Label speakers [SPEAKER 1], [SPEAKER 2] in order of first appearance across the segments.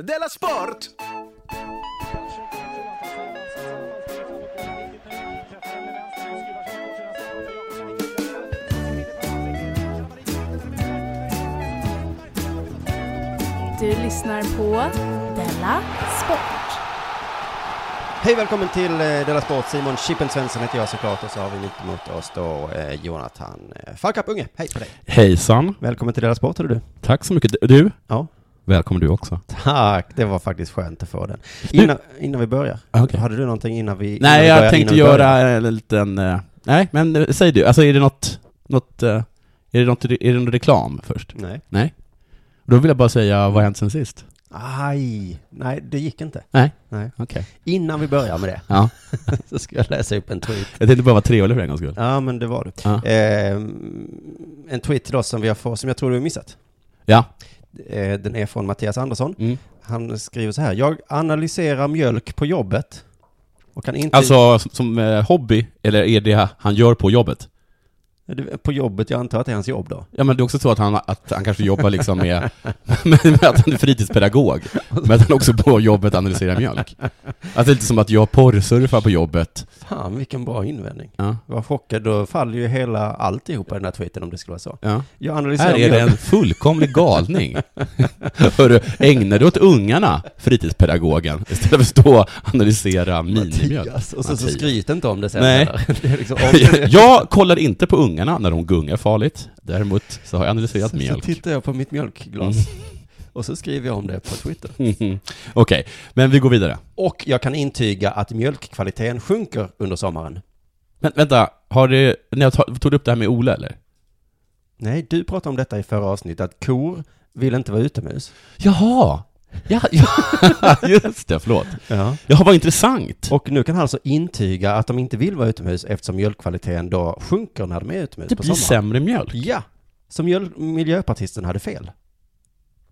[SPEAKER 1] Della Sport!
[SPEAKER 2] Du lyssnar på Della Sport.
[SPEAKER 3] Hej välkommen till eh, Della Sport. Simon Chippen Svensson heter jag såklart och så har vi mitt emot oss då eh, Jonathan eh, Falkap Unge. Hej på dig.
[SPEAKER 4] Hejsan.
[SPEAKER 3] Välkommen till Della Sport hörru du.
[SPEAKER 4] Tack så mycket. Du?
[SPEAKER 3] Ja.
[SPEAKER 4] Välkommen du också.
[SPEAKER 3] Tack, det var faktiskt skönt att få den. Innan, innan vi börjar,
[SPEAKER 4] Okej.
[SPEAKER 3] hade du någonting innan vi innan
[SPEAKER 4] Nej,
[SPEAKER 3] vi börjar,
[SPEAKER 4] jag tänkte
[SPEAKER 3] innan vi börjar?
[SPEAKER 4] göra en liten... eh, Nej, men eh, säg du. Alltså är det något... något eh, är, det något, är det någon reklam först?
[SPEAKER 3] Nej.
[SPEAKER 4] Nej. Då vill jag bara säga, vad har hänt sen sist?
[SPEAKER 3] Aj, nej det gick inte.
[SPEAKER 4] Nej.
[SPEAKER 3] Nej.
[SPEAKER 4] Okej.
[SPEAKER 3] Innan vi börjar med det
[SPEAKER 4] Ja.
[SPEAKER 3] så ska jag läsa upp en tweet.
[SPEAKER 4] Jag tänkte bara vara trevlig för en gångs skull.
[SPEAKER 3] Ja men det var du.
[SPEAKER 4] Ja.
[SPEAKER 3] Ehm, en tweet till oss som, vi har fått, som jag tror du har missat.
[SPEAKER 4] Ja.
[SPEAKER 3] Eh, den är från Mattias Andersson.
[SPEAKER 4] Mm.
[SPEAKER 3] Han skriver så här. Jag analyserar mjölk på jobbet. Och kan inte...
[SPEAKER 4] Alltså, som, som eh, hobby, eller är det han gör på jobbet?
[SPEAKER 3] Det- På jobbet, jag antar att det är hans jobb då.
[SPEAKER 4] Ja, men det är också så att han, att han kanske jobbar liksom med, med, med att han är fritidspedagog, men att han också på jobbet analyserar mjölk. Att det är lite som att jag porrsurfar på jobbet.
[SPEAKER 3] Fan vilken bra invändning.
[SPEAKER 4] Ja.
[SPEAKER 3] Jag var chockad, då faller ju hela alltihopa i den här tweeten om det skulle vara så.
[SPEAKER 4] Ja.
[SPEAKER 3] Jag
[SPEAKER 4] Här
[SPEAKER 3] analyserar
[SPEAKER 4] är det
[SPEAKER 3] mjölk.
[SPEAKER 4] en fullkomlig galning. Hörru, ägna dig åt ungarna, fritidspedagogen, istället för att stå och analysera minimjölk.
[SPEAKER 3] Mattias. Och så, så
[SPEAKER 4] Mattias.
[SPEAKER 3] skryt inte om det sen.
[SPEAKER 4] Nej.
[SPEAKER 3] heller. Det är liksom,
[SPEAKER 4] Jag kollar inte på ungarna när de gungar farligt. Däremot så har jag analyserat
[SPEAKER 3] så, så
[SPEAKER 4] mjölk. Mm.
[SPEAKER 3] tittar jag på mitt mjölkglas. Och så skriver jag om det på Twitter.
[SPEAKER 4] Okej, men vi går vidare.
[SPEAKER 3] Och jag kan intyga att mjölkkvaliteten sjunker under sommaren.
[SPEAKER 4] Men, vänta, har du, när jag tog tog du upp det här med Ola eller?
[SPEAKER 3] Nej, du pratade om detta i förra avsnittet, att kor vill inte vara utomhus.
[SPEAKER 4] Jaha! Ja, ja. just det, förlåt.
[SPEAKER 3] Ja.
[SPEAKER 4] Jaha, vad intressant.
[SPEAKER 3] Och nu kan han alltså intyga att de inte vill vara utomhus eftersom mjölkkvaliteten då sjunker när de är utomhus
[SPEAKER 4] det
[SPEAKER 3] på
[SPEAKER 4] blir
[SPEAKER 3] sommaren.
[SPEAKER 4] sämre mjölk.
[SPEAKER 3] Ja, som mjöl- miljöpartisten hade fel.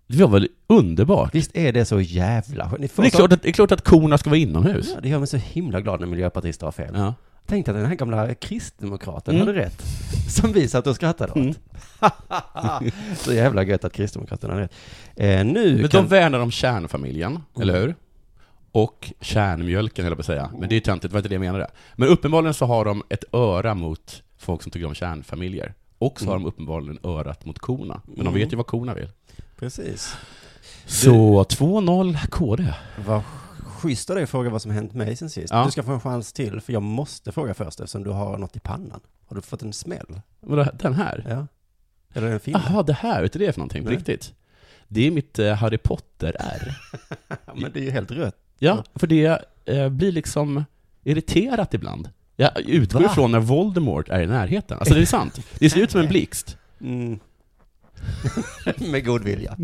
[SPEAKER 4] Det var väl underbart?
[SPEAKER 3] Visst är det så jävla skönt? Ni får
[SPEAKER 4] Men det, är
[SPEAKER 3] så-
[SPEAKER 4] klart att, det är klart att korna ska vara inomhus.
[SPEAKER 3] Ja, det gör mig så himla glad när miljöpartister har fel.
[SPEAKER 4] Ja.
[SPEAKER 3] Tänk att den här gamla kristdemokraten
[SPEAKER 4] Mm.
[SPEAKER 3] hade rätt, som vi satt och skrattade åt. så jävla gött att kristdemokraterna hade rätt. Eh, nu
[SPEAKER 4] Men
[SPEAKER 3] kan... Mm.
[SPEAKER 4] de värnar om kärnfamiljen, eller hur? Och kärnmjölken, höll jag på att säga. Men det är töntigt, det var inte det jag menade. Men uppenbarligen så har de ett öra mot folk som tycker om kärnfamiljer. Och så har
[SPEAKER 3] Mm.
[SPEAKER 4] de uppenbarligen örat mot korna. Men de vet ju vad korna vill.
[SPEAKER 3] Precis.
[SPEAKER 4] Så 2-0 KD.
[SPEAKER 3] Vad schysst av dig att fråga vad som hänt mig sen sist.
[SPEAKER 4] Ja.
[SPEAKER 3] Du ska få en chans till, för jag måste fråga först eftersom du har något i pannan. Har du fått en smäll?
[SPEAKER 4] Vadå, Den här?
[SPEAKER 3] Ja. Eller en film?
[SPEAKER 4] Jaha, det här, vet du det är för någonting? På
[SPEAKER 3] Nej.
[SPEAKER 4] riktigt? Det är mitt eh, Harry Potter-R.
[SPEAKER 3] Ja, men det är ju helt rött.
[SPEAKER 4] Ja, för det eh, blir liksom irriterat ibland. Jag utgår
[SPEAKER 3] Va?
[SPEAKER 4] ifrån när Voldemort är i närheten. Alltså det är sant. Det ser ut som en blixt.
[SPEAKER 3] Mm. Med god vilja.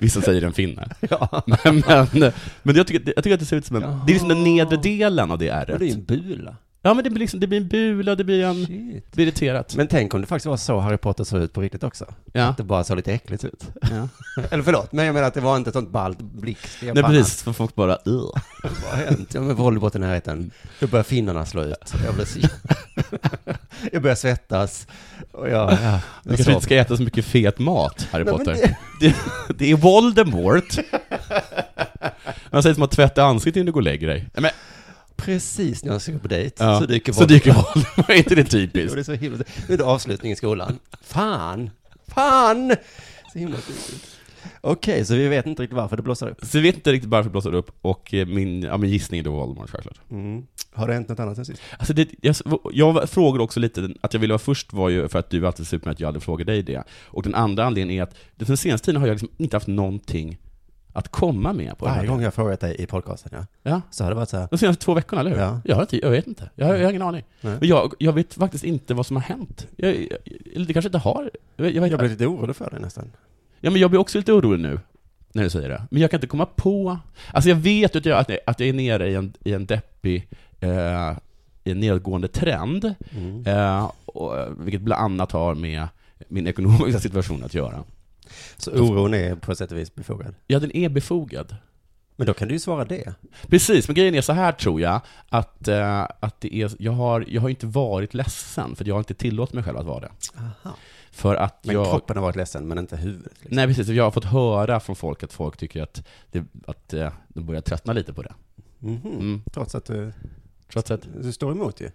[SPEAKER 4] Vissa säger en finne.
[SPEAKER 3] Ja.
[SPEAKER 4] Men, men, men jag, tycker, jag tycker att det ser ut som en... Det är liksom den nedre delen av det
[SPEAKER 3] Och det är ju
[SPEAKER 4] ärret.
[SPEAKER 3] en bula.
[SPEAKER 4] Ja, men det blir, liksom, det blir en bula, det blir en...
[SPEAKER 3] Shit.
[SPEAKER 4] Det blir irriterat.
[SPEAKER 3] Men tänk om det faktiskt var så Harry Potter såg ut på riktigt också.
[SPEAKER 4] Ja.
[SPEAKER 3] Att det bara såg lite äckligt ut.
[SPEAKER 4] ja.
[SPEAKER 3] Eller förlåt, men jag menar att det var inte ett sånt ballt blixt.
[SPEAKER 4] Nej, precis. För folk bara... "Ugh."
[SPEAKER 3] Vad har hänt? Ja, men Voldemort i närheten. Då börjar finnarna slå ut. Jag blir så... jag börjar svettas. Och jag... Ja,
[SPEAKER 4] Du kanske inte ska äta så mycket fet mat, Harry
[SPEAKER 3] Nej, men
[SPEAKER 4] Potter.
[SPEAKER 3] det-
[SPEAKER 4] Det... Det, är Voldemort. Han säger som att tvätta ansiktet innan du går och lägger dig. Nej, Men,
[SPEAKER 3] Precis när jag ska gå på dejt
[SPEAKER 4] ja.
[SPEAKER 3] så dyker
[SPEAKER 4] så dyker Voldemort. Är inte det
[SPEAKER 3] Och
[SPEAKER 4] typiskt?
[SPEAKER 3] det är så himla... Nu är det avslutning i skolan. Fan! Fan! Så himla tydligt. Okej, så vi vet inte riktigt varför det blossar upp.
[SPEAKER 4] Så vi vet inte riktigt varför det blossar upp, och eh, min, ja, min gissning är då Voldemort självklart.
[SPEAKER 3] Mm. Har det hänt något annat sen sist?
[SPEAKER 4] Alltså det, jag, jag frågade också lite, att jag ville vara först var ju för att du alltid ser ut med att jag aldrig frågar dig det. Och den andra anledningen är att den senaste tiden har jag liksom inte haft någonting att komma med på den här.
[SPEAKER 3] Varje gång jag har frågat dig i podcasten, ja.
[SPEAKER 4] Ja.
[SPEAKER 3] Så har det varit så här.
[SPEAKER 4] De senaste två veckorna, eller hur?
[SPEAKER 3] Ja.
[SPEAKER 4] Jag, har inte, jag vet inte. Jag, har- jag har ingen aning.
[SPEAKER 3] Nej.
[SPEAKER 4] Men jag, jag vet faktiskt inte vad som har hänt. Jag, jag, eller det kanske inte har... Jag, vet- jag, vet,
[SPEAKER 3] Jag blir lite orolig för dig nästan.
[SPEAKER 4] ja, men jag blir också lite orolig nu, när du säger det. Men jag kan inte komma på... Alltså jag vet att jag, att jag- att jag är nere i en, i en deppig, eh, i en nedgående trend.
[SPEAKER 3] Mm.
[SPEAKER 4] Eh, och, eh, vilket bland annat har med min ekonomiska situation att göra.
[SPEAKER 3] Så oron är på sätt och vis befogad.
[SPEAKER 4] Ja, den är befogad.
[SPEAKER 3] Men då kan du ju svara det.
[SPEAKER 4] Precis, men grejen är så här tror jag, att, eh, att det är, jag, har, jag har inte varit ledsen, för jag har inte tillåtit mig själv att vara det. För att
[SPEAKER 3] Men
[SPEAKER 4] jag...
[SPEAKER 3] kroppen har varit ledsen, men inte huvudet. Liksom.
[SPEAKER 4] Nej, precis. Jag har fått höra från folk att folk tycker att, det, att eh, de börjar tröttna lite på det.
[SPEAKER 3] Mhm.
[SPEAKER 4] Mm.
[SPEAKER 3] Trots att du,
[SPEAKER 4] Trots att,
[SPEAKER 3] du står emot ju.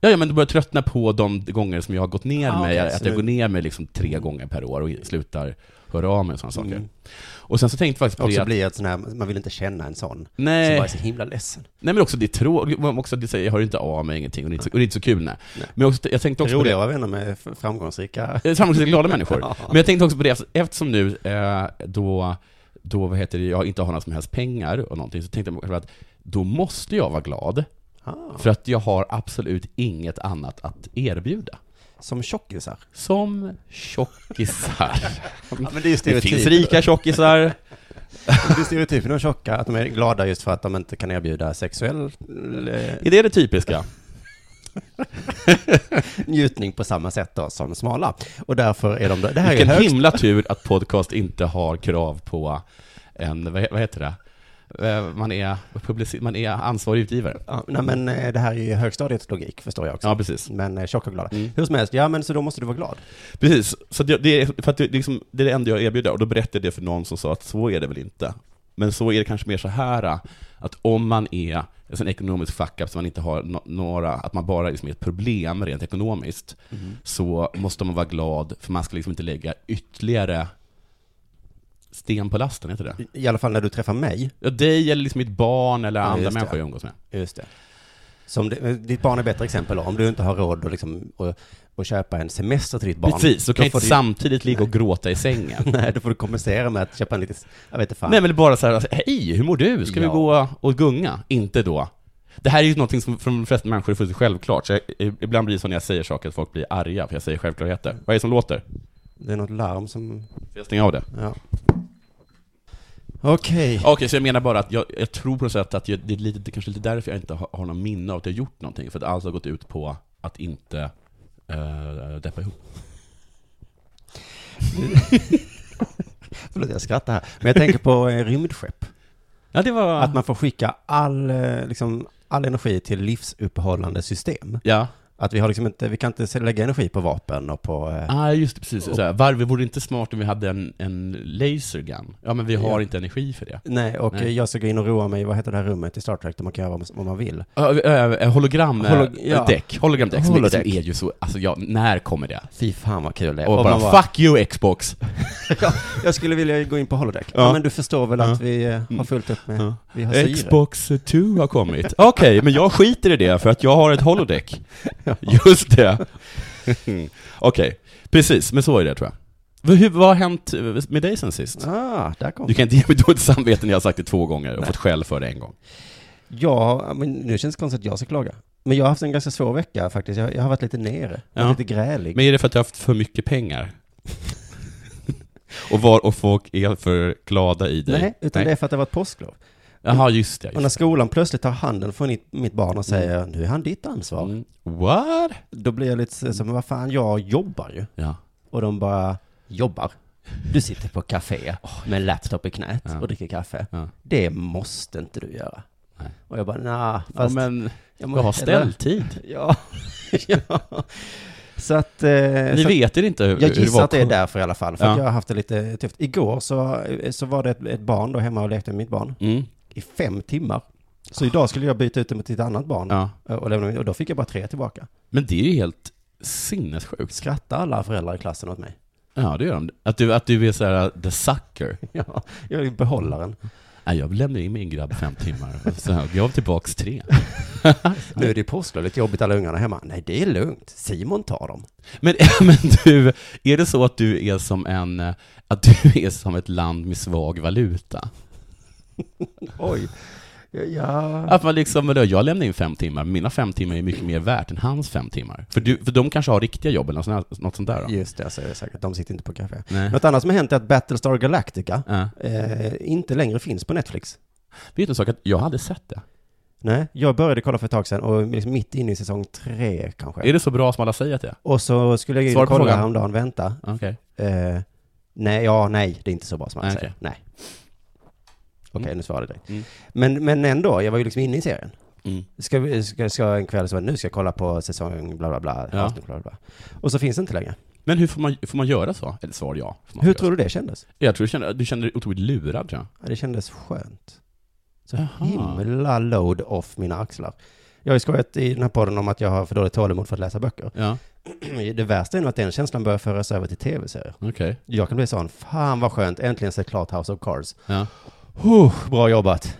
[SPEAKER 4] ja, ja, men de börjar tröttna på de gånger som jag har gått ner
[SPEAKER 3] Ah, okej,
[SPEAKER 4] mig. att
[SPEAKER 3] så
[SPEAKER 4] jag
[SPEAKER 3] nu-
[SPEAKER 4] går ner mig liksom tre gånger per år och slutar höra av mig och sådana saker.
[SPEAKER 3] Mm.
[SPEAKER 4] Och sen så tänkte jag faktiskt på
[SPEAKER 3] Och
[SPEAKER 4] det
[SPEAKER 3] så
[SPEAKER 4] att,
[SPEAKER 3] blir jag ett sån här, man vill inte känna en sån. Som
[SPEAKER 4] nej,
[SPEAKER 3] bara är så himla ledsen.
[SPEAKER 4] nej, men också det är tråkigt. Också det säger, jag hör inte av mig ingenting och det är inte så, och det är inte så kul. Nej.
[SPEAKER 3] Nej.
[SPEAKER 4] Men också, jag tänkte
[SPEAKER 3] Det
[SPEAKER 4] också på det.
[SPEAKER 3] roliga att vara vänner med f- framgångsrika...
[SPEAKER 4] Eh, Framgångsrika glada människor.
[SPEAKER 3] Ja.
[SPEAKER 4] Men jag tänkte också på det, alltså, eftersom nu eh, då, då vad heter det, jag inte har några som helst pengar och någonting, så tänkte jag själv att då måste jag vara glad,
[SPEAKER 3] Ah,
[SPEAKER 4] för att jag har absolut inget annat att erbjuda.
[SPEAKER 3] som tjockisar.
[SPEAKER 4] Som tjockisar.
[SPEAKER 3] Ja, men det är ju
[SPEAKER 4] Det
[SPEAKER 3] stereotypen.
[SPEAKER 4] finns rika tjockisar.
[SPEAKER 3] Det är stereotypen om tjocka, att de är glada just för att de inte kan erbjuda sexuell eh,
[SPEAKER 4] Är det det typiska?
[SPEAKER 3] njutning på samma sätt då som smala. Och därför är de då, det här är
[SPEAKER 4] Vilken
[SPEAKER 3] högst...
[SPEAKER 4] himla tur att podcast inte har krav på en, vad he- vad heter det? Eh, Man är, publici- man är ansvarig utgivare.
[SPEAKER 3] Ja, nej men eh, det här är ju högstadiets logik förstår jag också.
[SPEAKER 4] Ja, precis.
[SPEAKER 3] Men eh, tjocka och glada.
[SPEAKER 4] Mm.
[SPEAKER 3] Hur som helst, ja men så då måste du vara glad.
[SPEAKER 4] Precis, så att jag, det, är, för att det, liksom, det är det enda jag erbjuder. Och då berättade jag det för någon som sa att så är det väl inte. Men så är det kanske mer så här, att om man är alltså en ekonomisk fuck-up, så man inte har no- några, att man bara liksom är ett problem rent ekonomiskt, så måste man vara glad, för man ska liksom inte lägga ytterligare sten på lasten, heter det?
[SPEAKER 3] I, I alla fall när du träffar mig.
[SPEAKER 4] Ja, dig eller liksom mitt barn eller
[SPEAKER 3] Ja,
[SPEAKER 4] andra
[SPEAKER 3] just det.
[SPEAKER 4] människor jag umgås med.
[SPEAKER 3] Just det. Som det, eh, ditt barn är ett bättre exempel då. Om du inte har råd att liksom, och, och köpa en semester till ditt barn.
[SPEAKER 4] Precis, så kan jag
[SPEAKER 3] då får
[SPEAKER 4] inte
[SPEAKER 3] du,
[SPEAKER 4] samtidigt ligga och gråta i sängen.
[SPEAKER 3] Nej, då får du kompensera med att köpa en liten, jag vet inte fan.
[SPEAKER 4] Nej men bara så här, alltså, hej, hur mår du? Ska vi
[SPEAKER 3] Ja.
[SPEAKER 4] gå och gunga? Inte då. Det här är ju någonting som för de flesta människor är fullständigt självklart, så jag, ibland blir det så när jag säger saker att folk blir arga, för jag säger självklarheter. Vad är det som låter?
[SPEAKER 3] Det är något larm som,
[SPEAKER 4] Så jag stänger av det.
[SPEAKER 3] ja. Okej.
[SPEAKER 4] Okej, så jag menar bara att jag, jag tror på något sätt att jag, det är lite, det är kanske lite därför jag inte har, har någon minne av att jag gjort någonting, för att allt har gått ut på att inte eh, deppa ihop.
[SPEAKER 3] Förlåt, jag skrattar här. Men jag tänker på eh, rymdskepp.
[SPEAKER 4] Ja, det var...
[SPEAKER 3] Att man får skicka all, eh, liksom, all energi till livsuppehållande system.
[SPEAKER 4] Ja,
[SPEAKER 3] Att vi har liksom inte, vi kan inte se- lägga energi på vapen och på... eh,
[SPEAKER 4] ah, just det, precis. Så här, varför vore det inte smart om vi hade en, en lasergun? Ja, men vi har
[SPEAKER 3] Ja.
[SPEAKER 4] inte energi för det.
[SPEAKER 3] Nej, och
[SPEAKER 4] Nej.
[SPEAKER 3] eh, jag ska gå in och roa mig i, vad heter det här rummet i Star Trek, där man kan göra vad man- vad man vill.
[SPEAKER 4] Hologramdäck. Hologram, eh,
[SPEAKER 3] Holog- ja.
[SPEAKER 4] däck. Hologramdäck som, är- som
[SPEAKER 3] Holodeck.
[SPEAKER 4] är ju så, alltså ja, när kommer det?
[SPEAKER 3] Fy fan vad kul det är.
[SPEAKER 4] Och, bara,
[SPEAKER 3] man bara,
[SPEAKER 4] fuck you Xbox!
[SPEAKER 3] ja, jag skulle vilja gå in på holodeck. Ja.
[SPEAKER 4] Ja. Mm.
[SPEAKER 3] men du förstår väl att vi eh, har fullt upp med,
[SPEAKER 4] Ja.
[SPEAKER 3] vi har syre.
[SPEAKER 4] Xbox 2 har kommit. Okej, men jag skiter i det för att jag har ett holodeck. Just det. Okej, precis, men så är det tror jag. Vad- Hur, vad har hänt med dig sen sist?
[SPEAKER 3] Ah, där kom
[SPEAKER 4] Du kan inte ge mig dåligt samvete när jag har sagt det två gånger och fått skäll för det en gång.
[SPEAKER 3] Ja, men nu känns det konstigt att jag ska klaga. Men jag har haft en ganska svår vecka faktiskt. Jag, jag har varit lite nere,
[SPEAKER 4] Ja.
[SPEAKER 3] lite grälig.
[SPEAKER 4] Men är det för att jag har haft för mycket pengar? och, var, och folk är för glada i dig?
[SPEAKER 3] Nej, utan det är för att det har varit påsklov.
[SPEAKER 4] Jaha, just det. Just
[SPEAKER 3] Och när skolan plötsligt tar handen från mitt- mitt barn och säger nu är han ditt ansvar.
[SPEAKER 4] Mm. What?
[SPEAKER 3] Då blir jag lite så- som, vad fan, jag jobbar ju.
[SPEAKER 4] Ja.
[SPEAKER 3] Och de bara, jobbar? Du sitter på café med en laptop i knät
[SPEAKER 4] Ja.
[SPEAKER 3] och dricker kaffe.
[SPEAKER 4] Ja.
[SPEAKER 3] Det måste inte du göra.
[SPEAKER 4] Nej.
[SPEAKER 3] Och jag bara, nah, fast...
[SPEAKER 4] men
[SPEAKER 3] jag må-
[SPEAKER 4] jag har
[SPEAKER 3] eller-
[SPEAKER 4] ställtid.
[SPEAKER 3] Ja. ja. Så att... Eh,
[SPEAKER 4] Ni
[SPEAKER 3] så
[SPEAKER 4] vet er inte hur,
[SPEAKER 3] jag
[SPEAKER 4] hur det
[SPEAKER 3] gissar
[SPEAKER 4] var.
[SPEAKER 3] att det är därför i alla fall, för att
[SPEAKER 4] Ja.
[SPEAKER 3] jag har haft det lite tufft. Igår så, eh, så var det ett, ett barn då hemma och lekte med mitt barn
[SPEAKER 4] Mm.
[SPEAKER 3] i fem timmar. Så idag skulle jag byta ut det mot ett annat barn.
[SPEAKER 4] Ah.
[SPEAKER 3] eh,
[SPEAKER 4] Ja.
[SPEAKER 3] Och, lämna, och då fick jag bara tre tillbaka.
[SPEAKER 4] Men det är ju helt sinnessjukt.
[SPEAKER 3] Skrattar alla föräldrar i klassen åt mig?
[SPEAKER 4] Ja, det gör de. Att du, att du är så här uh, the sucker.
[SPEAKER 3] Ja, jag är ju behållaren.
[SPEAKER 4] Nej, jag lämnade in min grabb fem timmar och så här, gav tillbaks tre.
[SPEAKER 3] Nu är det ju påsklov, lite jobbigt alla ungarna hemma. Nej, det är lugnt. Simon tar dem.
[SPEAKER 4] Men, men du, är det så att du är som en, eh, att du är som ett land med svag valuta?
[SPEAKER 3] Oj. Ja.
[SPEAKER 4] Att man liksom, vadå, jag lämnar in fem timmar, mina fem timmar är mycket mer värt än hans fem timmar. För, du, för de kanske har riktiga jobb eller något sånt där, något sånt där då?
[SPEAKER 3] Just det, jag säger det säkert. De sitter inte på café.
[SPEAKER 4] Nej.
[SPEAKER 3] Något annat som har hänt är att Battlestar Galactica
[SPEAKER 4] Ja.
[SPEAKER 3] eh, inte längre finns på Netflix.
[SPEAKER 4] Vet du en sak? Att jag hade sett det.
[SPEAKER 3] Nej, jag började kolla för ett tag sedan och liksom mitt inne i säsong tre kanske.
[SPEAKER 4] Är det så bra som alla säger att det är?
[SPEAKER 3] Och så skulle jag ju
[SPEAKER 4] Svar på
[SPEAKER 3] kolla
[SPEAKER 4] frågan.
[SPEAKER 3] häromdagen, vänta.
[SPEAKER 4] Okej.
[SPEAKER 3] Eh, nej, ja, nej, det är inte så bra som man
[SPEAKER 4] Nej,
[SPEAKER 3] säger.
[SPEAKER 4] okej.
[SPEAKER 3] Nej. Okej, nu svarade jag direkt.
[SPEAKER 4] Mm.
[SPEAKER 3] Men, men ändå, jag var ju liksom inne i serien.
[SPEAKER 4] Mm.
[SPEAKER 3] Ska, vi- ska, ska en kväll så bara, nu ska jag kolla på säsong bla bla bla,
[SPEAKER 4] Ja.
[SPEAKER 3] avsnitt bla bla bla. Och så finns det inte längre.
[SPEAKER 4] Men hur får man, får man göra så? Eller svar ja. Får man
[SPEAKER 3] Hur
[SPEAKER 4] göra
[SPEAKER 3] tror du det kändes?
[SPEAKER 4] så. Jag tror du kände, du kände dig otroligt lurad, tror jag.
[SPEAKER 3] Ja, det kändes skönt. Så
[SPEAKER 4] Jaha.
[SPEAKER 3] himla load off mina axlar. Jag har ju skojat i den här podden om att jag har för dåligt tålamod för att läsa böcker.
[SPEAKER 4] Ja,
[SPEAKER 3] Det värsta är nog att den känslan börjar föras över till tv-serier.
[SPEAKER 4] okej.
[SPEAKER 3] Jag kan bli sån, fan vad skönt, äntligen sett klart House of Cards.
[SPEAKER 4] Ja.
[SPEAKER 3] Huh, bra jobbat.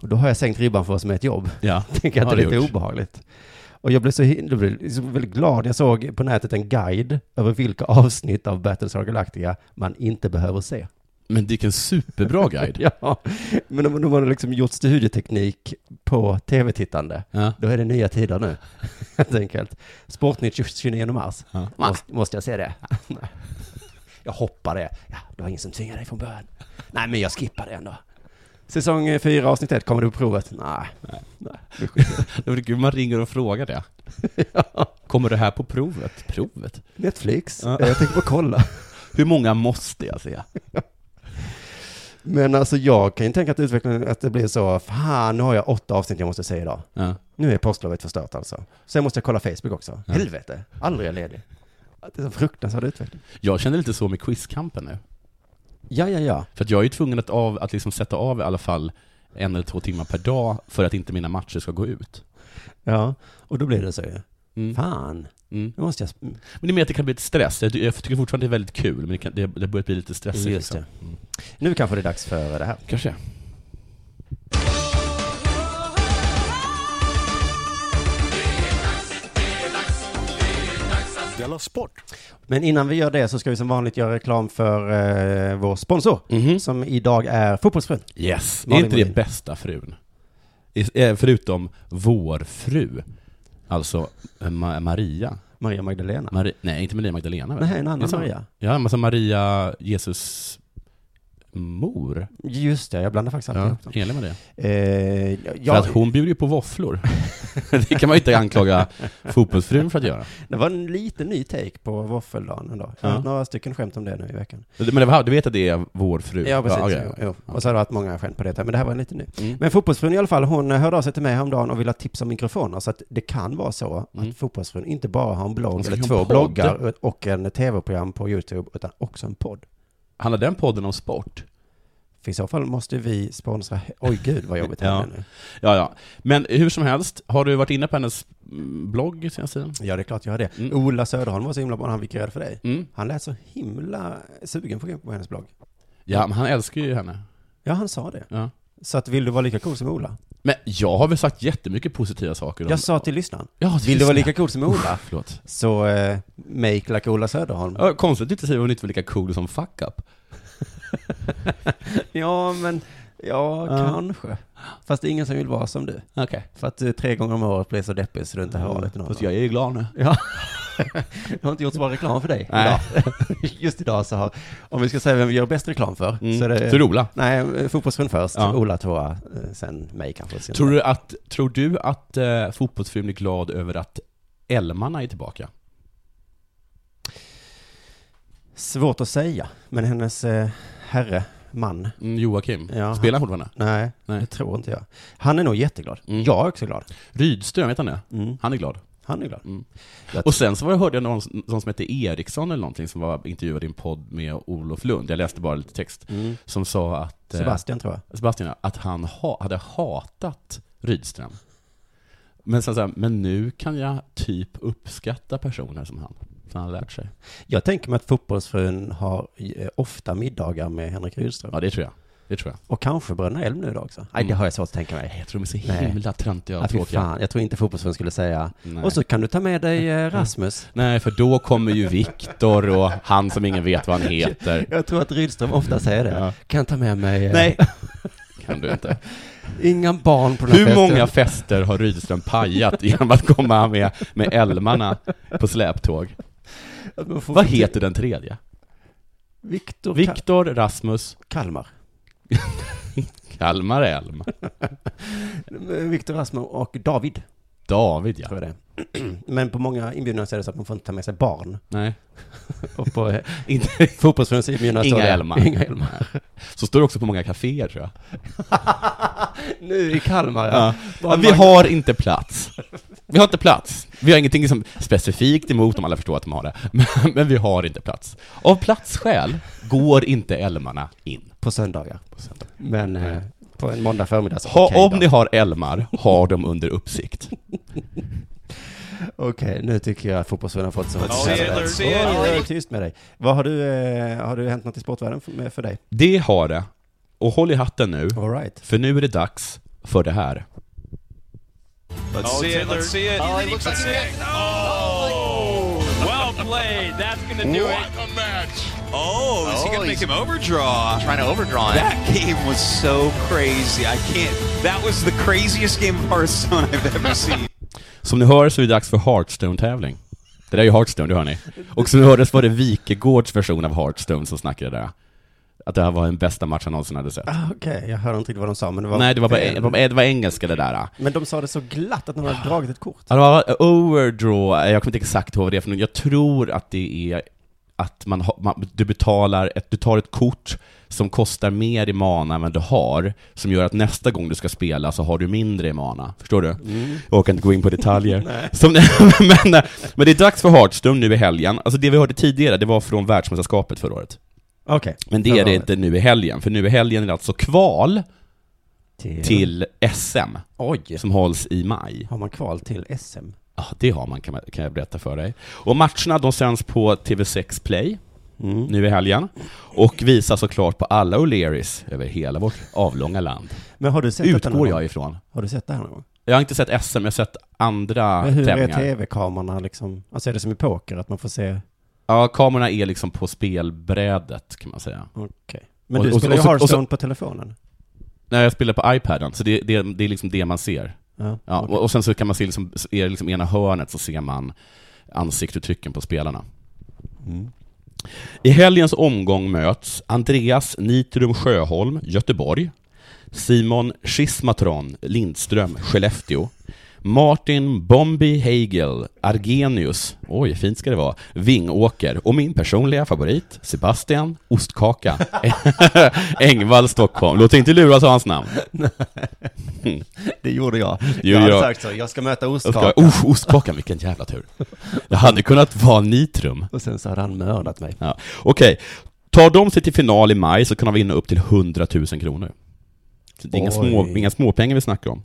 [SPEAKER 3] Och då har jag sänkt ribban för vad som är ett jobb.
[SPEAKER 4] Ja.
[SPEAKER 3] Tänker att det
[SPEAKER 4] Ja,
[SPEAKER 3] är
[SPEAKER 4] det
[SPEAKER 3] lite
[SPEAKER 4] har gjort.
[SPEAKER 3] obehagligt. Och jag blev så, hin- jag blev så väldigt glad. Jag såg på nätet en guide över vilka avsnitt av Battlestar Galactica man inte behöver se.
[SPEAKER 4] Men vilken superbra guide.
[SPEAKER 3] Ja, men de, de har liksom gjort studieteknik på tv-tittande.
[SPEAKER 4] Ja.
[SPEAKER 3] Då är det nya tider nu, helt enkelt. Sportnytt 29 mars.
[SPEAKER 4] Ja.
[SPEAKER 3] Måste, måste jag se det? Nej. Jag hoppar det. Ja, det var ingen som tvingade dig från början. Nej, men jag skippar det ändå. Säsong 4, avsnitt 1, kommer du på provet? Nej. Nej. det skiter jag i.
[SPEAKER 4] Det var kul, man ringer och frågar det. Kommer det här på provet? Provet?
[SPEAKER 3] Netflix? Eh,
[SPEAKER 4] Ja.
[SPEAKER 3] Jag tänker bara kolla.
[SPEAKER 4] Hur många måste jag säga?
[SPEAKER 3] Men alltså jag kan ju tänka att utvecklingen, att det blir så, fan nu har jag åtta avsnitt jag måste se idag.
[SPEAKER 4] Ja.
[SPEAKER 3] Nu är påsklovet förstört alltså. Sen måste jag kolla Facebook också. Helvete, aldrig är jag ledig. Det är så fruktansvärd utveckling.
[SPEAKER 4] Jag känner lite så med quizkampen nu.
[SPEAKER 3] Ja, ja, ja.
[SPEAKER 4] För att jag är ju tvungen att, av, att liksom sätta av i alla fall en eller två timmar per dag för att inte mina matcher ska gå ut.
[SPEAKER 3] Ja, och då blir det så ju.
[SPEAKER 4] Mm.
[SPEAKER 3] Fan,
[SPEAKER 4] Mm.
[SPEAKER 3] nu måste jag... sp-
[SPEAKER 4] Men det är mer att det kan bli ett stress. Jag, jag tycker fortfarande det är väldigt kul, men det, kan, det, det har börjat bli lite stressigt.
[SPEAKER 3] Mm,
[SPEAKER 4] liksom.
[SPEAKER 3] Just det. Nu kanske det är dags för det här.
[SPEAKER 4] Kanske.
[SPEAKER 1] Della Sport!
[SPEAKER 3] Men innan vi gör det så ska vi som vanligt göra reklam för eh, vår sponsor. Som idag är Fotbollsfrun.
[SPEAKER 4] Yes. Det är
[SPEAKER 3] Malin
[SPEAKER 4] inte
[SPEAKER 3] Molin.
[SPEAKER 4] det bästa frun. I- eh, Förutom vår fru. Alltså eh, Ma- Maria.
[SPEAKER 3] Maria Magdalena.
[SPEAKER 4] Mari- nej, inte Maria Magdalena väl?
[SPEAKER 3] Nej, en annan
[SPEAKER 4] Liksom.
[SPEAKER 3] Maria.
[SPEAKER 4] Ja, men alltså Maria Jesus mor.
[SPEAKER 3] Just det, jag blandar faktiskt alltid
[SPEAKER 4] Ja,
[SPEAKER 3] ihop dem.
[SPEAKER 4] helig Maria.
[SPEAKER 3] Eh,
[SPEAKER 4] För
[SPEAKER 3] ja,
[SPEAKER 4] att hon bjuder ju på våfflor. det kan man ju inte anklaga fotbollsfrun för att göra.
[SPEAKER 3] Det var en liten ny take på våffeldagen ändå. Jag har hört några stycken skämt om det nu i veckan.
[SPEAKER 4] Men det var, du vet att det är vår fru?
[SPEAKER 3] Ja, precis.
[SPEAKER 4] okej.
[SPEAKER 3] jo, jo. Och så har det varit många skämt på det, men det här var en liten ny.
[SPEAKER 4] Mm.
[SPEAKER 3] Men fotbollsfrun i alla fall, hon eh, hörde av sig till mig häromdagen och ville ha tips om mikrofoner. Så att det kan vara så
[SPEAKER 4] Mm.
[SPEAKER 3] att fotbollsfrun inte bara har en
[SPEAKER 4] Hon
[SPEAKER 3] blogg
[SPEAKER 4] ska
[SPEAKER 3] eller
[SPEAKER 4] göra
[SPEAKER 3] två
[SPEAKER 4] en podd.
[SPEAKER 3] bloggar och en tv-program på YouTube, utan också en podd.
[SPEAKER 4] Handlar den podden om sport?
[SPEAKER 3] För i så fall måste vi sponsra... Oj gud vad jobbigt det här
[SPEAKER 4] Ja.
[SPEAKER 3] blev nu.
[SPEAKER 4] Ja, ja. Men hur som helst, har du varit inne på hennes mm, blogg senaste tiden?
[SPEAKER 3] Ja, det är klart jag har det.
[SPEAKER 4] Mm.
[SPEAKER 3] Ola Söderholm var så himla bra, han vikarierade för dig.
[SPEAKER 4] Mm.
[SPEAKER 3] Han lät så himla sugen på på hennes blogg.
[SPEAKER 4] Ja, men han älskar ju henne.
[SPEAKER 3] Ja, han sa det.
[SPEAKER 4] Ja.
[SPEAKER 3] Så att vill du vara lika cool som Ola?
[SPEAKER 4] Men jag har väl sagt jättemycket positiva saker om...
[SPEAKER 3] Jag sa till lyssnaren,
[SPEAKER 4] ja,
[SPEAKER 3] vill du vara
[SPEAKER 4] lyssna.
[SPEAKER 3] lika cool som Ola?
[SPEAKER 4] Förlåt.
[SPEAKER 3] Så eh, make like Ola Söderholm.
[SPEAKER 4] Ja, konstigt att du inte säger att hon inte var lika cool som fuck up.
[SPEAKER 3] Ja, men ja,
[SPEAKER 4] Ja.
[SPEAKER 3] kanske. Fast det är ingen som vill vara som du.
[SPEAKER 4] Okej.
[SPEAKER 3] För att du tre gånger om året blir så deppig så du inte hör av dig till någon.
[SPEAKER 4] Fast jag är ju glad nu.
[SPEAKER 3] Ja. Jag har inte gjort så bra reklam för dig.
[SPEAKER 4] Nej.
[SPEAKER 3] Idag. Just idag så har, om vi ska säga vem vi gör bäst reklam för, så är det...
[SPEAKER 4] Mm. Så Ola.
[SPEAKER 3] Nej, eh, fotbollsfrun först,
[SPEAKER 4] Ja.
[SPEAKER 3] Ola tvåa, eh, sen mig kanske. senare.
[SPEAKER 4] Tror du att, tror du att eh, fotbollsfrun blir glad över att älmarna är tillbaka?
[SPEAKER 3] Svårt att säga, men hennes eh, herre, man,
[SPEAKER 4] Mm, Joakim,
[SPEAKER 3] Ja.
[SPEAKER 4] spelar han fortfarande?
[SPEAKER 3] nej,
[SPEAKER 4] Nej.
[SPEAKER 3] det tror inte jag. Han är nog jätteglad.
[SPEAKER 4] Mm.
[SPEAKER 3] Jag är också glad.
[SPEAKER 4] Rydström, vet han det?
[SPEAKER 3] Mm.
[SPEAKER 4] Han är glad.
[SPEAKER 3] Han är glad.
[SPEAKER 4] Mm. Och sen så var jag, hörde jag någon, någon som hette Eriksson eller någonting som var intervjuad i en podd med Olof Lund, jag läste bara lite text, som sa att eh,
[SPEAKER 3] Mm. Sebastian tror jag.
[SPEAKER 4] Sebastian, ja, att han ha, hade hatat Rydström. Men sen så här, men nu kan jag typ uppskatta personer som han, som han har lärt sig.
[SPEAKER 3] Jag tänker mig att fotbollsfrun har eh, ofta middagar med Henrik Rydström.
[SPEAKER 4] Ja, det tror jag. Det tror jag.
[SPEAKER 3] Och kanske Bröderna Elm nu då också. Nej, det
[SPEAKER 4] Mm.
[SPEAKER 3] har jag svårt att tänka mig.
[SPEAKER 4] Jag tror de är så
[SPEAKER 3] Nej.
[SPEAKER 4] himla töntiga och
[SPEAKER 3] Att fy
[SPEAKER 4] tråkiga.
[SPEAKER 3] fan, jag tror inte fotbollsfrun skulle säga.
[SPEAKER 4] Nej. Mm.
[SPEAKER 3] Och så kan du ta med dig eh, Rasmus.
[SPEAKER 4] Nej, för då kommer ju Viktor och han som ingen vet vad han heter.
[SPEAKER 3] Jag tror att Rydström ofta säger det.
[SPEAKER 4] Mm. Ja.
[SPEAKER 3] Kan ta med mig... eh,
[SPEAKER 4] Nej, kan du inte.
[SPEAKER 3] Inga barn på den här
[SPEAKER 4] Hur
[SPEAKER 3] festen.
[SPEAKER 4] många fester har Rydström pajat genom att komma med, med älmarna på släptåg?
[SPEAKER 3] Att man får-
[SPEAKER 4] Vad heter den tredje?
[SPEAKER 3] Viktor Ka-
[SPEAKER 4] Viktor Rasmus
[SPEAKER 3] Kalmar.
[SPEAKER 4] Kalmar Elm.
[SPEAKER 3] Eh, Viktor Rasmus och David,
[SPEAKER 4] David, ja.
[SPEAKER 3] tror jag det är. Men på många inbjudningar så är det så att man får inte ta med sig barn.
[SPEAKER 4] Nej.
[SPEAKER 3] Och på
[SPEAKER 4] Inte,
[SPEAKER 3] fotbollsförbundets inbjudningar så
[SPEAKER 4] Inga
[SPEAKER 3] är det-
[SPEAKER 4] Elmar.
[SPEAKER 3] Inga Elmar.
[SPEAKER 4] så står det också på många kaféer, tror jag.
[SPEAKER 3] nu i Kalmar, ja.
[SPEAKER 4] Ja. Vi har inte plats. Vi har inte plats. Vi har ingenting som specifikt emot om alla förstår att de har det, men, men vi har inte plats. Av platsskäl går inte älmarna in.
[SPEAKER 3] På söndagar. Men eh, på en måndag förmiddag så
[SPEAKER 4] Ha,
[SPEAKER 3] okej
[SPEAKER 4] om
[SPEAKER 3] då.
[SPEAKER 4] ni har älmar, ha dem under uppsikt.
[SPEAKER 3] Okej, nu tycker jag att fotbollsvärlden har fått så
[SPEAKER 1] see it, let's see it.
[SPEAKER 3] Oj, oj, oj, Tyst med dig. Vad har du, eh, har du hänt något i sportvärlden för, med- för dig?
[SPEAKER 4] Det har det. Och håll i hatten nu,
[SPEAKER 3] All right.
[SPEAKER 4] för nu är det dags för det här.
[SPEAKER 1] Let's see it. Let's see it. Oh, it looks like Oh, well played. That's gonna do it.
[SPEAKER 5] a match!
[SPEAKER 1] Oh, is he
[SPEAKER 5] Oh,
[SPEAKER 1] gonna make
[SPEAKER 5] he's-
[SPEAKER 1] him overdraw?
[SPEAKER 5] Trying to overdraw it.
[SPEAKER 1] That game was so crazy. I can't. That was the craziest game of Hearthstone I've ever seen.
[SPEAKER 4] Som ni hör så är det dags för Hearthstone-tävling. Det där är ju Hearthstone, det hör ni. Och som ni hördes var det Wikegårds version av Hearthstone som snackade där. Att det här var den bästa match han någonsin hade sett.
[SPEAKER 3] Ah, Okej, jag hörde inte riktigt vad de sa, men det var...
[SPEAKER 4] Nej, det var, bara,
[SPEAKER 3] fel.
[SPEAKER 4] det var, det var engelska det där.
[SPEAKER 3] Men de sa det så glatt att de hade dragit ett kort.
[SPEAKER 4] Ja, det var overdraw, jag kommer inte exakt ihåg vad det är för något. Jag tror att det är att man, ha- man, du betalar, ett, du tar ett kort som kostar mer i mana än vad du har, som gör att nästa gång du ska spela så har du mindre i mana. Förstår du? Jag orkar inte gå in på detaljer. som, men, eh, men det är dags för Hearthstone nu i helgen. Alltså det vi hörde tidigare, det var från världsmästerskapet förra året.
[SPEAKER 3] Okej.
[SPEAKER 4] Men det är det inte nu i helgen, för nu i helgen är det alltså kval
[SPEAKER 3] Till...
[SPEAKER 4] till SM,
[SPEAKER 3] Oj!
[SPEAKER 4] som hålls i maj.
[SPEAKER 3] Har man kval till SM?
[SPEAKER 4] Ja, det har man kan, man kan jag berätta för dig. Och matcherna de sänds på TV6 Play nu i helgen och visas såklart på alla O'Learys över hela vårt avlånga land.
[SPEAKER 3] Men har du sett detta någon
[SPEAKER 4] Utgår
[SPEAKER 3] gång?
[SPEAKER 4] jag ifrån.
[SPEAKER 3] Har du sett det här någon gång?
[SPEAKER 4] Jag har inte sett SM, jag har sett andra
[SPEAKER 3] Men hur är
[SPEAKER 4] tävlingar.
[SPEAKER 3] tv-kamerorna liksom? Alltså är det som i poker, att man får se...
[SPEAKER 4] Ja, kamerorna är liksom på spelbrädet kan man säga.
[SPEAKER 3] Okej. Men
[SPEAKER 4] Och-
[SPEAKER 3] du
[SPEAKER 4] och så-
[SPEAKER 3] spelar ju
[SPEAKER 4] och så- och så-
[SPEAKER 3] Hearthstone på telefonen.
[SPEAKER 4] Nej, jag spelar på iPaden, så det, det, det är liksom det man ser.
[SPEAKER 3] Ja.
[SPEAKER 4] Ja, och, och sen så kan man se liksom, så är det liksom ena hörnet så ser man ansiktsuttrycken på spelarna. I helgens omgång möts Andreas Nitrum Sjöholm, Göteborg, Simon Schismatron Lindström, Skellefteå, Martin Bombi Hegel, Argenius, oj fint ska det vara, Vingåker och min personliga favorit Sebastian Ostkaka, Engvall, Stockholm. Låt dig inte luras av hans namn.
[SPEAKER 3] Det gjorde jag.
[SPEAKER 4] gjorde
[SPEAKER 3] hade
[SPEAKER 4] jag.
[SPEAKER 3] sagt så, jag ska möta
[SPEAKER 4] Jag ska,
[SPEAKER 3] ostkaka.
[SPEAKER 4] oh, ostkakan, vilken jävla tur. Jag hade kunnat vara Nitrum.
[SPEAKER 3] Och sen så hade han mördat mig.
[SPEAKER 4] Ja. Okej, tar de sig till final i maj så kan de vinna upp till 100 000 kronor. Så Det är inga,
[SPEAKER 3] Oj.
[SPEAKER 4] små, inga småpengar vi snackar om.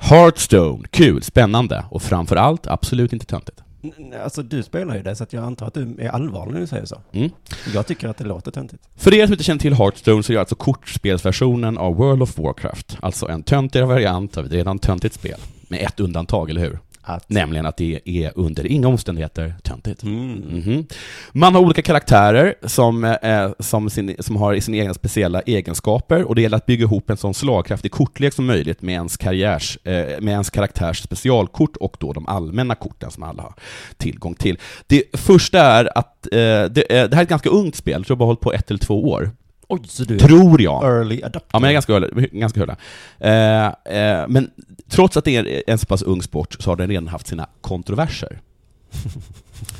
[SPEAKER 4] Hearthstone, kul, spännande och framför allt absolut inte töntigt.
[SPEAKER 3] N- n- Alltså du spelar ju det, så att jag antar att du är allvarlig när du säger så.
[SPEAKER 4] Mm.
[SPEAKER 3] Jag tycker att det låter töntigt.
[SPEAKER 4] För er som inte känner till Hearthstone så är det alltså kortspelsversionen av World of Warcraft, alltså en töntigare variant av ett redan töntigt spel. Med ett undantag, eller hur?
[SPEAKER 3] Att...
[SPEAKER 4] Nämligen att det är under inga omständigheter töntigt. Mhm. Man har olika karaktärer som, eh, som, sin, som har sina egna speciella egenskaper och det gäller att bygga ihop en sån slagkraftig kortlek som möjligt med ens, karriärs, eh, med ens karaktärs specialkort och då de allmänna korten som alla har tillgång till. Det första är att eh, det, eh, det här är ett ganska ungt spel, jag tror jag bara hållit på ett eller två år.
[SPEAKER 3] Oj, så du är
[SPEAKER 4] Tror jag.
[SPEAKER 3] early adopter.
[SPEAKER 4] Ja, men jag är ganska höll. Ganska höll. Eh, eh, men trots att det är en så pass ung sport så har den redan haft sina kontroverser.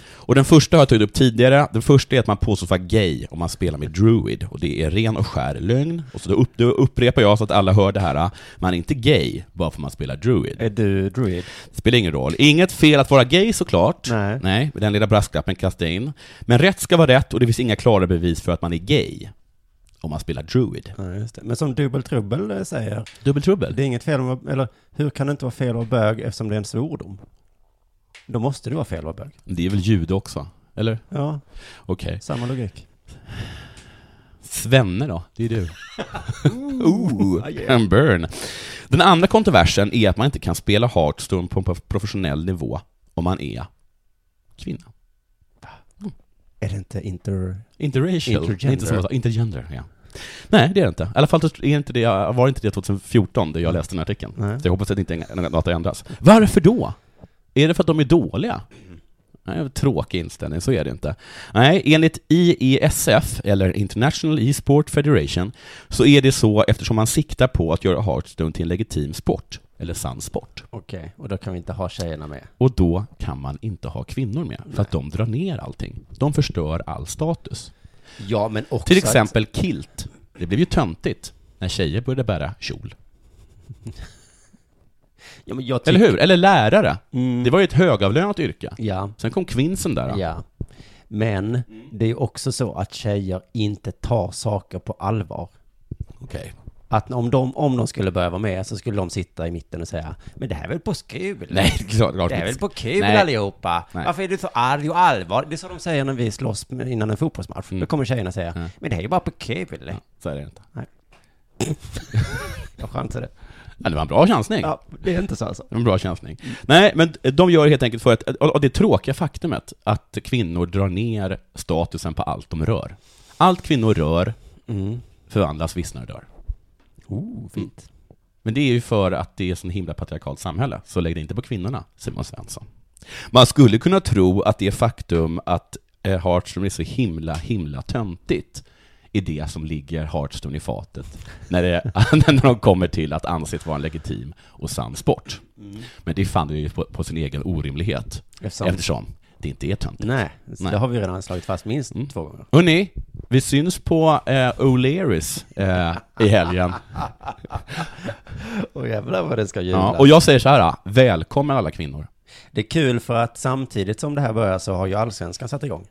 [SPEAKER 4] och den första har jag tagit upp tidigare. Den första är att man påstås vara gay om man spelar med druid. Och det är ren och skär lögn. Och så då, upp, då upprepar jag så att alla hör det här. Man är inte gay bara för att man spelar druid.
[SPEAKER 3] Är du druid?
[SPEAKER 4] Spelar ingen roll. Inget fel att vara gay såklart.
[SPEAKER 3] Nej.
[SPEAKER 4] Nej, den lilla brasklappen kastade jag in. Men rätt ska vara rätt och det finns inga klara bevis för att man är gay om man spelar druid.
[SPEAKER 3] Ja, just det. Men som Dubbel Trubbel eh, säger,
[SPEAKER 4] Dubbeltrubbel.
[SPEAKER 3] det är inget fel om att- eller hur kan det inte vara fel att vara bög eftersom det är en svordom? Då måste det vara fel att vara bög.
[SPEAKER 4] Det är väl jude också? Eller?
[SPEAKER 3] Ja,
[SPEAKER 4] Okej.
[SPEAKER 3] samma logik.
[SPEAKER 4] Svenne då? Det är du. Ooh, en burn. Den andra kontroversen är att man inte kan spela Hearthstone på en prof- professionell nivå om man är kvinna.
[SPEAKER 3] Är det inte inter...
[SPEAKER 4] Interracial.
[SPEAKER 3] Intergender.
[SPEAKER 4] Inte samma sak. Intergender, ja. Nej, det är det inte. I alla fall är inte det, var det inte det 2014, det jag läste den artikeln.
[SPEAKER 3] Mm. Nej.
[SPEAKER 4] Så jag hoppas att inte något ändras. Varför då? Är det för att de är dåliga?
[SPEAKER 3] Mm.
[SPEAKER 4] Nej, tråkig inställning, så är det inte. Nej, enligt IESF, eller International E-sport Federation, så är det så eftersom man siktar på att göra Hearthstone till en legitim sport, eller sann sport.
[SPEAKER 3] Okej, och då kan vi inte ha tjejerna med.
[SPEAKER 4] Och då kan man inte ha kvinnor med, för att de drar ner allting. De förstör all status.
[SPEAKER 3] Ja, men också...
[SPEAKER 4] Till exempel kilt. Det blev ju töntigt när tjejer började bära kjol.
[SPEAKER 3] Ja, men jag
[SPEAKER 4] Eller hur? Eller lärare.
[SPEAKER 3] Mm.
[SPEAKER 4] Det var ju ett högavlönat yrke.
[SPEAKER 3] Ja,
[SPEAKER 4] Sen kom kvinsen där.
[SPEAKER 3] ja. Men det är ju också så att tjejer inte tar saker på allvar.
[SPEAKER 4] Okej.
[SPEAKER 3] Att om de, om de skulle börja vara med så skulle de sitta i mitten och säga Men det här är väl på skul?
[SPEAKER 4] Nej, det är klart. klart.
[SPEAKER 3] Det är väl på kul
[SPEAKER 4] Nej.
[SPEAKER 3] allihopa?
[SPEAKER 4] Nej.
[SPEAKER 3] Varför är du så arg och allvar? Det är så de säger när vi slåss med- innan en fotbollsmatch. Då kommer tjejerna säga
[SPEAKER 4] Mm.
[SPEAKER 3] Men det här är ju bara på kul.
[SPEAKER 4] Så är det inte.
[SPEAKER 3] Jag chansade.
[SPEAKER 4] Ja, det var en bra chansning.
[SPEAKER 3] Ja, det är inte så alltså.
[SPEAKER 4] Det var En bra chansning. Nej, men de gör det helt enkelt för att, och det tråkiga faktumet, att kvinnor drar ner statusen på allt de rör. Allt kvinnor rör
[SPEAKER 3] Mm.
[SPEAKER 4] förvandlas, vissnar och dör.
[SPEAKER 3] Oh, fint.
[SPEAKER 4] Men det är ju för att det är ett sånt himla patriarkalt samhälle, så lägg det inte på kvinnorna, Simon Svensson. Man skulle kunna tro att det faktum att eh, Hartström är så himla, himla töntigt är det som ligger Hartström i fatet när, det, när de kommer till att anses vara en legitim och sann sport. Men det fann ju på, på sin egen orimlighet,
[SPEAKER 3] Eftersom,
[SPEAKER 4] eftersom det inte är töntigt.
[SPEAKER 3] Nej, så
[SPEAKER 4] Nej.
[SPEAKER 3] det har vi redan slagit fast minst
[SPEAKER 4] Mm.
[SPEAKER 3] två gånger.
[SPEAKER 4] Hörrni, vi syns på eh, O'Learys eh, i helgen.
[SPEAKER 3] Och jävlar vad det ska jula.
[SPEAKER 4] Ja, och jag säger så här, ah, välkommen alla kvinnor.
[SPEAKER 3] Det är kul för att samtidigt som det här börjar så har ju allsvenskan satt igång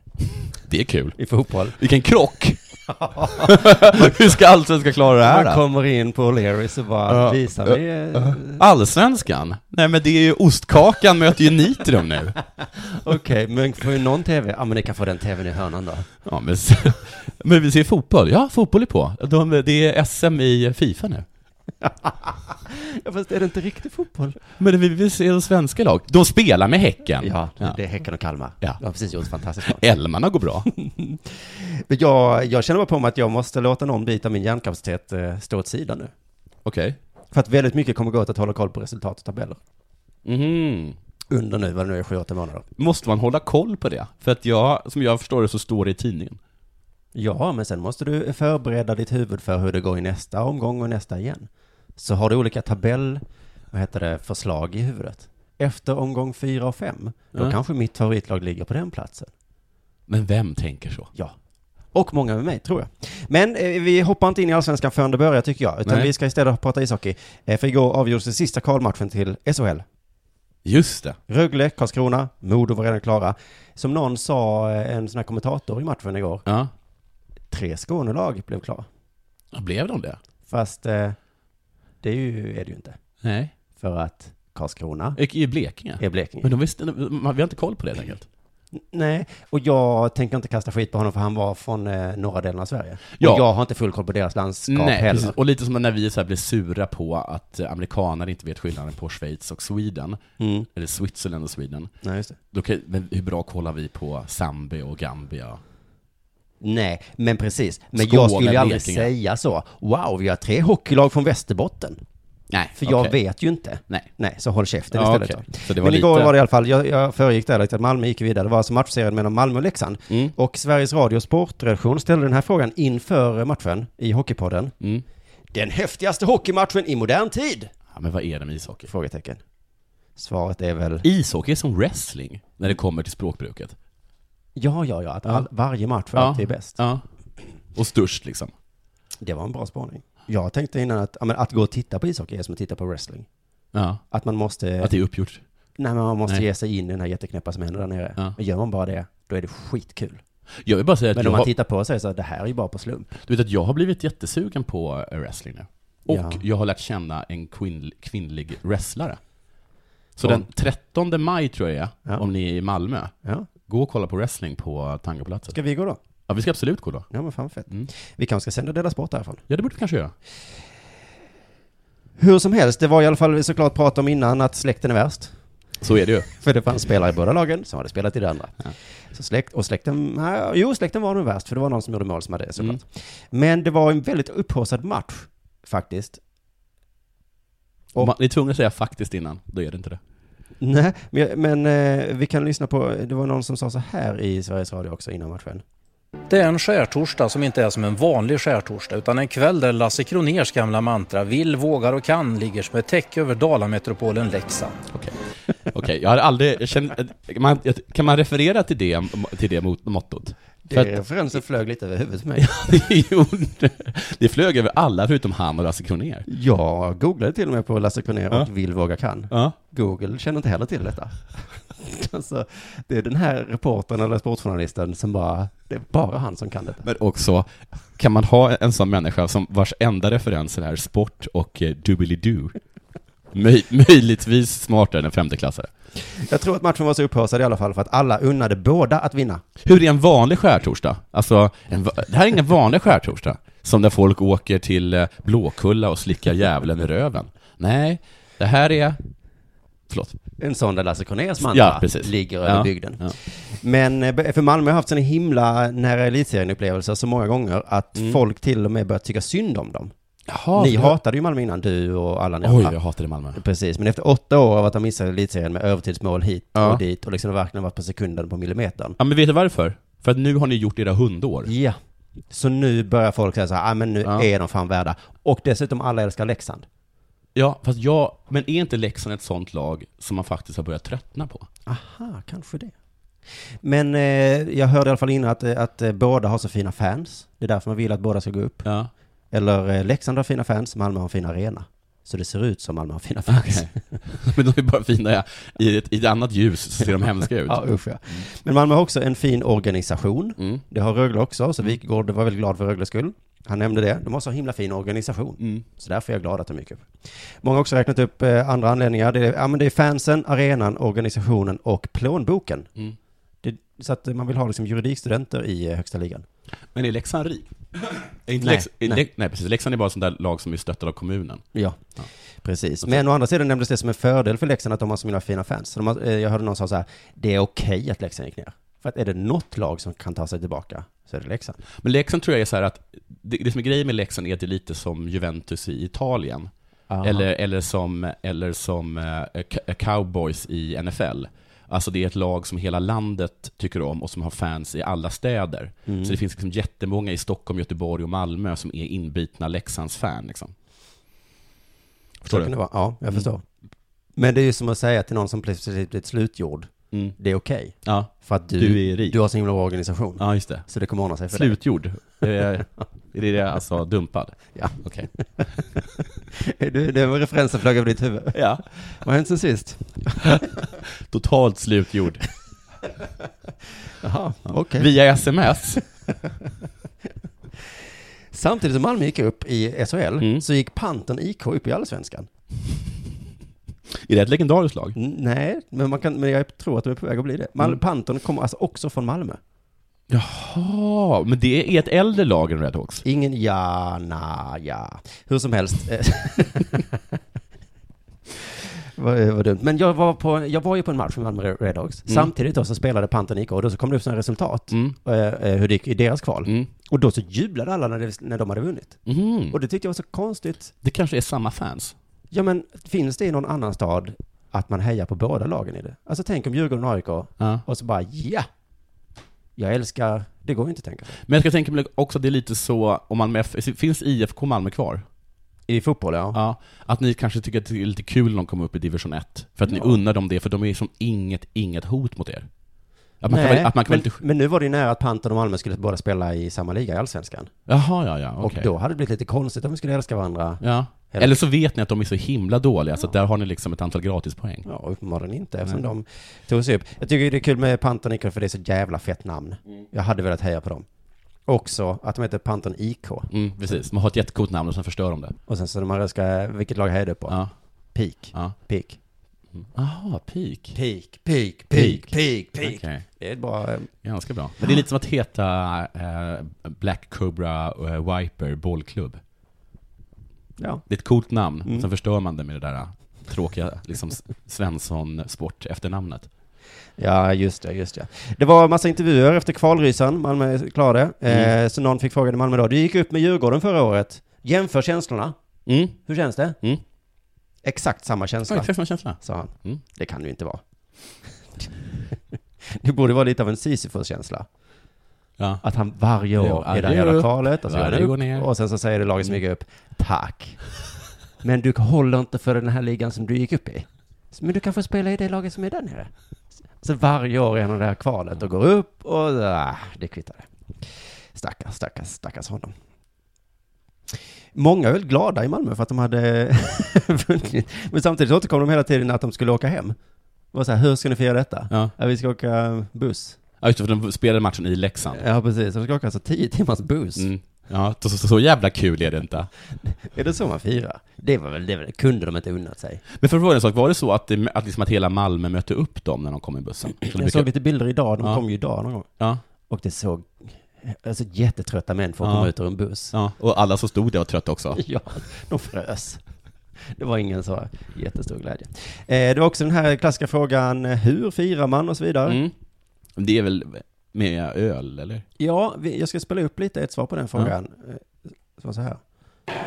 [SPEAKER 4] Det är kul.
[SPEAKER 3] i fotboll.
[SPEAKER 4] Vilken krock! Hur ska allsvenskan klara det
[SPEAKER 3] Man
[SPEAKER 4] här då?
[SPEAKER 3] kommer in på O'Learys och bara
[SPEAKER 4] Ja.
[SPEAKER 3] visar vi... eh,
[SPEAKER 4] Allsvenskan? Nej men det är ju ostkakan möter ju Nitrum nu.
[SPEAKER 3] Okej, men får ju någon TV? Ja, men ni kan få den TVn i hörnan då.
[SPEAKER 4] Ja, men, s- men vi ser fotboll. Ja, fotboll är på. De, det är SM i Fifa nu.
[SPEAKER 3] Ja, fast är det inte riktig fotboll?
[SPEAKER 4] Men vi vill se de svenska lag. De spelar med Häcken.
[SPEAKER 3] Ja,
[SPEAKER 4] Ja.
[SPEAKER 3] det är Häcken och Kalmar.
[SPEAKER 4] Ja.
[SPEAKER 3] De har precis gjort fantastiskt bra.
[SPEAKER 4] Elmarna går bra.
[SPEAKER 3] Men jag, jag känner bara på mig att jag måste låta någon bit av min hjärnkapacitet eh, stå åt sidan nu.
[SPEAKER 4] Okej.
[SPEAKER 3] För att väldigt mycket kommer gå åt att hålla koll på resultat och tabeller.
[SPEAKER 4] Mhm.
[SPEAKER 3] Under nu, vad det nu är, sju, åtta månader.
[SPEAKER 4] Måste man hålla koll på det? För att jag, som jag förstår det, så står det i tidningen.
[SPEAKER 3] Ja, men sen måste du förbereda ditt huvud för hur det går i nästa omgång och nästa igen. Så har du olika tabell, vad heter det, förslag i huvudet. Efter omgång fyra och fem, då
[SPEAKER 4] Ja.
[SPEAKER 3] kanske mitt favoritlag ligger på den platsen.
[SPEAKER 4] Men vem tänker så?
[SPEAKER 3] Ja. Och många med mig, tror jag. Men eh, vi hoppar inte in i allsvenskan förrän det börjar, tycker jag. Utan
[SPEAKER 4] Nej.
[SPEAKER 3] vi ska istället prata ishockey. Eh, för igår avgjordes den sista kvalmatchen till SHL.
[SPEAKER 4] Just det.
[SPEAKER 3] Rögle, Karlskrona, Modo var redan klara. Som någon sa, eh, en sån här kommentator i matchen igår,
[SPEAKER 4] Ja.
[SPEAKER 3] tre Skånelag blev klara.
[SPEAKER 4] Ja, Blev de det?
[SPEAKER 3] Fast eh, det är, ju, är det ju inte.
[SPEAKER 4] Nej.
[SPEAKER 3] För att Karlskrona
[SPEAKER 4] Gick I Blekinge?
[SPEAKER 3] är
[SPEAKER 4] Men
[SPEAKER 3] Blekinge.
[SPEAKER 4] de visste, man- vi har inte koll på det helt enkelt.
[SPEAKER 3] N- Nej, och jag tänker inte kasta skit på honom för han var från eh, norra delen av Sverige.
[SPEAKER 4] Ja.
[SPEAKER 3] Och jag har inte full koll på deras landskap
[SPEAKER 4] Nej,
[SPEAKER 3] heller.
[SPEAKER 4] precis. Och lite som när vi så här blir sura på att eh, amerikaner inte vet skillnaden på Schweiz och Sweden,
[SPEAKER 3] Mm.
[SPEAKER 4] eller Switzerland och Sweden.
[SPEAKER 3] Nej, just det.
[SPEAKER 4] Då kan, men hur bra kollar vi på Zambia och Gambia?
[SPEAKER 3] Nej, men precis. Men
[SPEAKER 4] Skåne,
[SPEAKER 3] jag skulle ju aldrig
[SPEAKER 4] Blekinge.
[SPEAKER 3] säga så. Wow, vi har tre hockeylag från Västerbotten.
[SPEAKER 4] Nej,
[SPEAKER 3] För jag
[SPEAKER 4] okej.
[SPEAKER 3] vet ju inte.
[SPEAKER 4] Nej.
[SPEAKER 3] Nej, så håll käften
[SPEAKER 4] Ja,
[SPEAKER 3] istället.
[SPEAKER 4] okej.
[SPEAKER 3] då.
[SPEAKER 4] Så det var
[SPEAKER 3] men igår
[SPEAKER 4] lite-
[SPEAKER 3] var det i alla fall, jag, jag föregick där lite, att Malmö gick vidare. Det var alltså matchserien mellan Malmö och Leksand.
[SPEAKER 4] Mm.
[SPEAKER 3] Och Sveriges Radio sportredaktion ställde den här frågan inför matchen i Hockeypodden.
[SPEAKER 4] Mm.
[SPEAKER 3] Den häftigaste hockeymatchen i modern tid?
[SPEAKER 4] Ja, men vad är det med ishockey?
[SPEAKER 3] Frågetecken. Svaret är väl
[SPEAKER 4] Ishockey är som wrestling när det kommer till språkbruket.
[SPEAKER 3] ja, ja, ja, att all, varje match för
[SPEAKER 4] Ja.
[SPEAKER 3] alltid är bäst.
[SPEAKER 4] Ja. Och störst liksom.
[SPEAKER 3] Det var en bra spaning. Jag tänkte innan att, ja, men att gå och titta på ishockey är som att titta på wrestling.
[SPEAKER 4] Ja.
[SPEAKER 3] Att man måste,
[SPEAKER 4] Att det är uppgjort.
[SPEAKER 3] nej, men man måste
[SPEAKER 4] Nej.
[SPEAKER 3] ge sig in i den här jätteknäppa som händer där nere.
[SPEAKER 4] Ja.
[SPEAKER 3] Och gör man bara det, då är det skitkul.
[SPEAKER 4] Jag vill bara säga att,
[SPEAKER 3] Men
[SPEAKER 4] jag
[SPEAKER 3] om man
[SPEAKER 4] har,
[SPEAKER 3] tittar på och säger så här, det här är ju bara på slump.
[SPEAKER 4] du vet att jag har blivit jättesugen på eh, wrestling nu.
[SPEAKER 3] Ja.
[SPEAKER 4] Och jag har lärt känna en kvinn, kvinnlig wrestlare. Så
[SPEAKER 3] Och-
[SPEAKER 4] den 13 maj tror jag det är,
[SPEAKER 3] Ja.
[SPEAKER 4] om ni är i Malmö,
[SPEAKER 3] Ja.
[SPEAKER 4] Gå och kolla på wrestling på Tangopalatset.
[SPEAKER 3] Ska vi gå då?
[SPEAKER 4] Ja, vi ska absolut gå då.
[SPEAKER 3] Ja, men fan vad fett.
[SPEAKER 4] Mm.
[SPEAKER 3] Vi kanske ska sända Dela Sport därifrån.
[SPEAKER 4] Ja, det borde vi kanske göra.
[SPEAKER 3] Hur som helst, det var i alla fall vi såklart prat om innan att släkten är värst.
[SPEAKER 4] Så är det ju.
[SPEAKER 3] För det fanns spelare i båda lagen som hade spelat i det andra.
[SPEAKER 4] Ja.
[SPEAKER 3] Så släkt, och släkten, nej, jo släkten var nog värst för det var någon som gjorde mål som hade det såklart. Men det var en väldigt upphaussad match faktiskt. Och-
[SPEAKER 4] Man, ni är tvungna att säga faktiskt innan, då är det inte det.
[SPEAKER 3] Nej, men, jag- men eh, vi kan lyssna på, det var någon som sa så här i Sveriges Radio också innan matchen.
[SPEAKER 5] Det är en skärtorsdag som inte är som en vanlig skärtorsdag utan en kväll där Lasse Kroners gamla mantra vill, vågar och kan ligger som ett täcke över Dalametropolen Leksand.
[SPEAKER 4] Okej. eh, Okej, jag har aldrig... Jag känner, man, kan man referera till det, till det mot, mottot?
[SPEAKER 3] Det referensen flög lite över huvudet på mig.
[SPEAKER 4] Det gjorde... Det flög över alla förutom han och Lasse Kronér.
[SPEAKER 3] Jag googlade till och med på Lasse Kronér och Vill våga kan.
[SPEAKER 4] Ja.
[SPEAKER 3] Google känner inte heller till detta. alltså, det är den här reportern eller sportjournalisten som bara, det är bara han som kan detta.
[SPEAKER 4] Men också, kan man ha en sån människa som vars enda referenser är sport och eh, doobly-doo? Möj, möjligtvis smartare än en femteklassare.
[SPEAKER 3] Jag tror att matchen var så upphaussad i alla fall för att alla unnade båda att vinna.
[SPEAKER 4] Hur är en vanlig skärtorsdag? Alltså, en, va- det här är ingen vanlig skärtorsdag. Som där folk åker till eh, Blåkulla och slickar djävulen i röven. Nej, det här är... Förlåt.
[SPEAKER 3] En sån där Lasse Kronérs mantra
[SPEAKER 4] precis.
[SPEAKER 3] ligger över
[SPEAKER 4] Ja,
[SPEAKER 3] bygden.
[SPEAKER 4] ja.
[SPEAKER 3] Men eh, för Malmö har haft såna himla nära elitserienupplevelse så många gånger att
[SPEAKER 4] Mm.
[SPEAKER 3] folk till och med börjat tycka synd om dem.
[SPEAKER 4] Jaha,
[SPEAKER 3] ni
[SPEAKER 4] för-
[SPEAKER 3] hatade ju Malmö innan, du och alla ni
[SPEAKER 4] Oj,
[SPEAKER 3] andra.
[SPEAKER 4] jag hatade Malmö.
[SPEAKER 3] Precis, men efter åtta år av att ha missat elitserien med övertidsmål hit
[SPEAKER 4] Ja.
[SPEAKER 3] och dit och liksom verkligen varit på sekunden på millimetern.
[SPEAKER 4] Ja, men vet du varför? För att nu har ni gjort era hundår.
[SPEAKER 3] Ja. Så nu börjar folk säga så här, ah, men nu
[SPEAKER 4] Ja.
[SPEAKER 3] är de fan värda. Och dessutom alla älskar Leksand.
[SPEAKER 4] Ja, fast jag... Men är inte Leksand ett sånt lag som man faktiskt har börjat tröttna på?
[SPEAKER 3] Aha, kanske det. Men eh, jag hörde i alla fall innan att, eh, att eh, båda har så fina fans. Det är därför man vill att båda ska gå upp.
[SPEAKER 4] Ja.
[SPEAKER 3] Eller eh, Leksand har fina fans, Malmö har en fin arena. Så det ser ut som Malmö har fina fans.
[SPEAKER 4] Men de är bara fina ja. i ett, i ett annat ljus, så ser de hemska ut.
[SPEAKER 3] Ja, usch ja. Men Malmö har också en fin organisation.
[SPEAKER 4] Mm.
[SPEAKER 3] Det har Rögle också, så Wikegård var väldigt glad för Rögles skull. Han nämnde det. De har så himla fin organisation.
[SPEAKER 4] Mm.
[SPEAKER 3] Så därför är jag glad att de gick upp. Många har också räknat upp eh, andra anledningar. Det är, ja, men det är fansen, arenan, organisationen och plånboken.
[SPEAKER 4] Mm.
[SPEAKER 3] Det, så att eh, man vill ha liksom juridikstudenter i eh, högsta ligan.
[SPEAKER 4] Men är Leksand rik? Är
[SPEAKER 3] Nej,
[SPEAKER 4] inte nej, Leksand, är
[SPEAKER 3] nej.
[SPEAKER 4] Lek, nej, precis. Leksand är bara sånt där lag som är stöttad av kommunen.
[SPEAKER 3] Ja, precis. Men å andra sidan nämndes det som en fördel för Leksand att de har så himla fina fans. Så de har, eh, jag hörde någon säga så här, det är okej att Leksand gick ner. För att är det något lag som kan ta sig tillbaka så är det Leksand.
[SPEAKER 4] Men Leksand tror jag är så här att, det, det som är grejen med Leksand är att det är lite som Juventus i Italien. Eller, eller som, eller som eh, c- cowboys i NFL. Alltså det är ett lag som hela landet tycker om och som har fans i alla städer.
[SPEAKER 3] Mm.
[SPEAKER 4] Så det finns liksom jättemånga i Stockholm, Göteborg och Malmö som är inbitna Leksands-fan. Liksom.
[SPEAKER 3] så
[SPEAKER 4] Förstår
[SPEAKER 3] kan det
[SPEAKER 4] du? Mm.
[SPEAKER 3] vara. Ja, jag förstår. Men det är ju som att säga till någon som plötsligt blivit slutgjord,
[SPEAKER 4] Mm.
[SPEAKER 3] det är okej.
[SPEAKER 4] Ja.
[SPEAKER 3] För att du,
[SPEAKER 4] Du är rik.
[SPEAKER 3] du har så himla bra organisation.
[SPEAKER 4] ja, just det.
[SPEAKER 3] Så det kommer ordna sig för dig.
[SPEAKER 4] Slutgjord. Eh, Är det det alltså dumpad?
[SPEAKER 3] Ja.
[SPEAKER 4] Okej.
[SPEAKER 3] Du, det var referensen flög över ditt huvud.
[SPEAKER 4] Ja.
[SPEAKER 3] Vad har hänt sen sist?
[SPEAKER 4] Totalt slutgjord.
[SPEAKER 3] Jaha, okej.
[SPEAKER 4] Via sms.
[SPEAKER 3] Samtidigt som Malmö gick upp i SHL
[SPEAKER 4] Mm.
[SPEAKER 3] så gick Pantern IK upp i Allsvenskan.
[SPEAKER 4] Är det ett legendariskt lag?
[SPEAKER 3] N- Nej, men, man kan, men jag tror att de är på väg att bli det. Mal-
[SPEAKER 4] Mm.
[SPEAKER 3] Pantern kommer alltså också från Malmö.
[SPEAKER 4] Jaha, men det är ett äldre lag än Redhawks.
[SPEAKER 3] Ingen ja, na, ja. Hur som helst. eh, Vad eh, vad dumt. Men jag var, på, jag var ju på en match med Malmö Redhawks.
[SPEAKER 4] Mm.
[SPEAKER 3] Samtidigt då så spelade Pantern IK och då så kom det upp sådana resultat.
[SPEAKER 4] Mm.
[SPEAKER 3] eh, eh, Hur det gick i deras kval.
[SPEAKER 4] Mm.
[SPEAKER 3] Och då så jublade alla när, det, när de hade vunnit.
[SPEAKER 4] Mhm.
[SPEAKER 3] Och det tyckte jag var så konstigt.
[SPEAKER 4] Det kanske är samma fans.
[SPEAKER 3] Ja men, finns det i någon annan stad att man hejar på båda lagen i det? Alltså tänk om Djurgården och AIK,
[SPEAKER 4] Ja.
[SPEAKER 3] och så bara ja! Jag älskar, det går ju inte att tänka sig.
[SPEAKER 4] Men jag ska tänka mig också att det är lite så, om Malmö F, finns IFK Malmö kvar?
[SPEAKER 3] I fotboll ja.
[SPEAKER 4] Ja. Att ni kanske tycker att det är lite kul när de kommer upp i division 1? För att ni unnar dem det, för de är som inget, inget hot mot er. Att man kan väl, att man kan
[SPEAKER 3] men,
[SPEAKER 4] väl inte...
[SPEAKER 3] men nu var det ju nära att Pantern och Malmö skulle båda spela i samma liga i Allsvenskan.
[SPEAKER 4] Jaha, ja, ja, okej.
[SPEAKER 3] Och då hade det blivit lite konstigt om vi skulle älska varandra.
[SPEAKER 4] Ja.
[SPEAKER 3] Hela-
[SPEAKER 4] Eller så vet ni att de är så himla dåliga, så att där har ni liksom ett antal gratispoäng.
[SPEAKER 3] Ja, uppenbarligen inte eftersom de tog sig upp. Jag tycker det är kul med Pantern IK för det är så jävla fett namn.
[SPEAKER 4] Mm.
[SPEAKER 3] Jag hade velat heja på dem. Också att de heter Pantern IK.
[SPEAKER 4] Mm, precis. Man har ett jättecoolt namn och sen förstör de det.
[SPEAKER 3] Och sen så de här ska, vilket lag hejar du på?
[SPEAKER 4] Ja.
[SPEAKER 3] Peak.
[SPEAKER 4] Ja.
[SPEAKER 3] Peak.
[SPEAKER 4] Aha, peak.
[SPEAKER 3] Peak, peak,
[SPEAKER 4] Peak.
[SPEAKER 3] peak,
[SPEAKER 4] Okej,
[SPEAKER 3] Det är bra. eh,
[SPEAKER 4] ganska bra. Men det är lite som att heta eh, Black Cobra eh, Wiper Bollklubb.
[SPEAKER 3] Ja.
[SPEAKER 4] Det är ett coolt namn,
[SPEAKER 3] Mm.
[SPEAKER 4] sen förstör man det med det där eh, tråkiga liksom, S- Svensson-sport efternamnet.
[SPEAKER 3] ja, just det, just det. Det var en massa intervjuer efter kvalrysan, Malmö klarade. Eh,
[SPEAKER 4] Mm.
[SPEAKER 3] så någon fick frågan i Malmö då, du gick upp med Djurgården förra året. Jämför känslorna.
[SPEAKER 4] Mm.
[SPEAKER 3] Hur känns det?
[SPEAKER 4] Mm.
[SPEAKER 3] Exakt samma
[SPEAKER 4] Ja,
[SPEAKER 3] känsla,
[SPEAKER 4] exakt samma känsla.
[SPEAKER 3] sa han.
[SPEAKER 4] Mm.
[SPEAKER 3] Det kan det ju inte vara. det borde vara lite av en Sisyfos-känsla.
[SPEAKER 4] Ja.
[SPEAKER 3] Att han varje år
[SPEAKER 4] Ja,
[SPEAKER 3] i det här
[SPEAKER 4] adjö.
[SPEAKER 3] jävla kvalet, och så
[SPEAKER 4] Varje
[SPEAKER 3] går han
[SPEAKER 4] går
[SPEAKER 3] upp,
[SPEAKER 4] ner.
[SPEAKER 3] och sen så säger det laget som gick upp, tack. Men du håller inte för den här ligan som du gick upp i. Men du kan få spela i det laget som är där nere. Så varje år är han i det här kvalet och går upp och ah, det kvittar det. Stackars, stackars, stackars honom. Många är väldigt glada i Malmö för att de hade vunnit. Men samtidigt återkom de hela tiden att de skulle åka hem. Det var så här, hur ska ni fira detta?
[SPEAKER 4] Ja.
[SPEAKER 3] Ja, vi ska åka buss.
[SPEAKER 4] Ja, just det, för de spelade matchen i Leksand.
[SPEAKER 3] Ja, precis. De ska åka alltså tio timmars buss.
[SPEAKER 4] Mm. Ja, så, så, så jävla kul är det inte.
[SPEAKER 3] Är det så man firar? Det var väl, det var, kunde de inte unnat sig.
[SPEAKER 4] Men för att vara en sak, var det så att, det, att, liksom att hela Malmö mötte upp dem när de kom i bussen? Så de
[SPEAKER 3] Jag
[SPEAKER 4] fick-
[SPEAKER 3] såg lite bilder idag, de
[SPEAKER 4] Ja.
[SPEAKER 3] kom ju idag någon gång.
[SPEAKER 4] ja,
[SPEAKER 3] Och det såg, alltså jättetrötta män får
[SPEAKER 4] Ja.
[SPEAKER 3] komma ut ur en buss.
[SPEAKER 4] ja, och alla som stod där var trötta också.
[SPEAKER 3] Ja, de frös. Det var ingen så jättestor glädje. Eh, det var också den här klassiska frågan, eh, hur firar man och så vidare.
[SPEAKER 4] Mm. Det är väl med öl, eller?
[SPEAKER 3] Ja, vi, jag ska spela upp lite ett svar på den frågan. Eh, som var så här.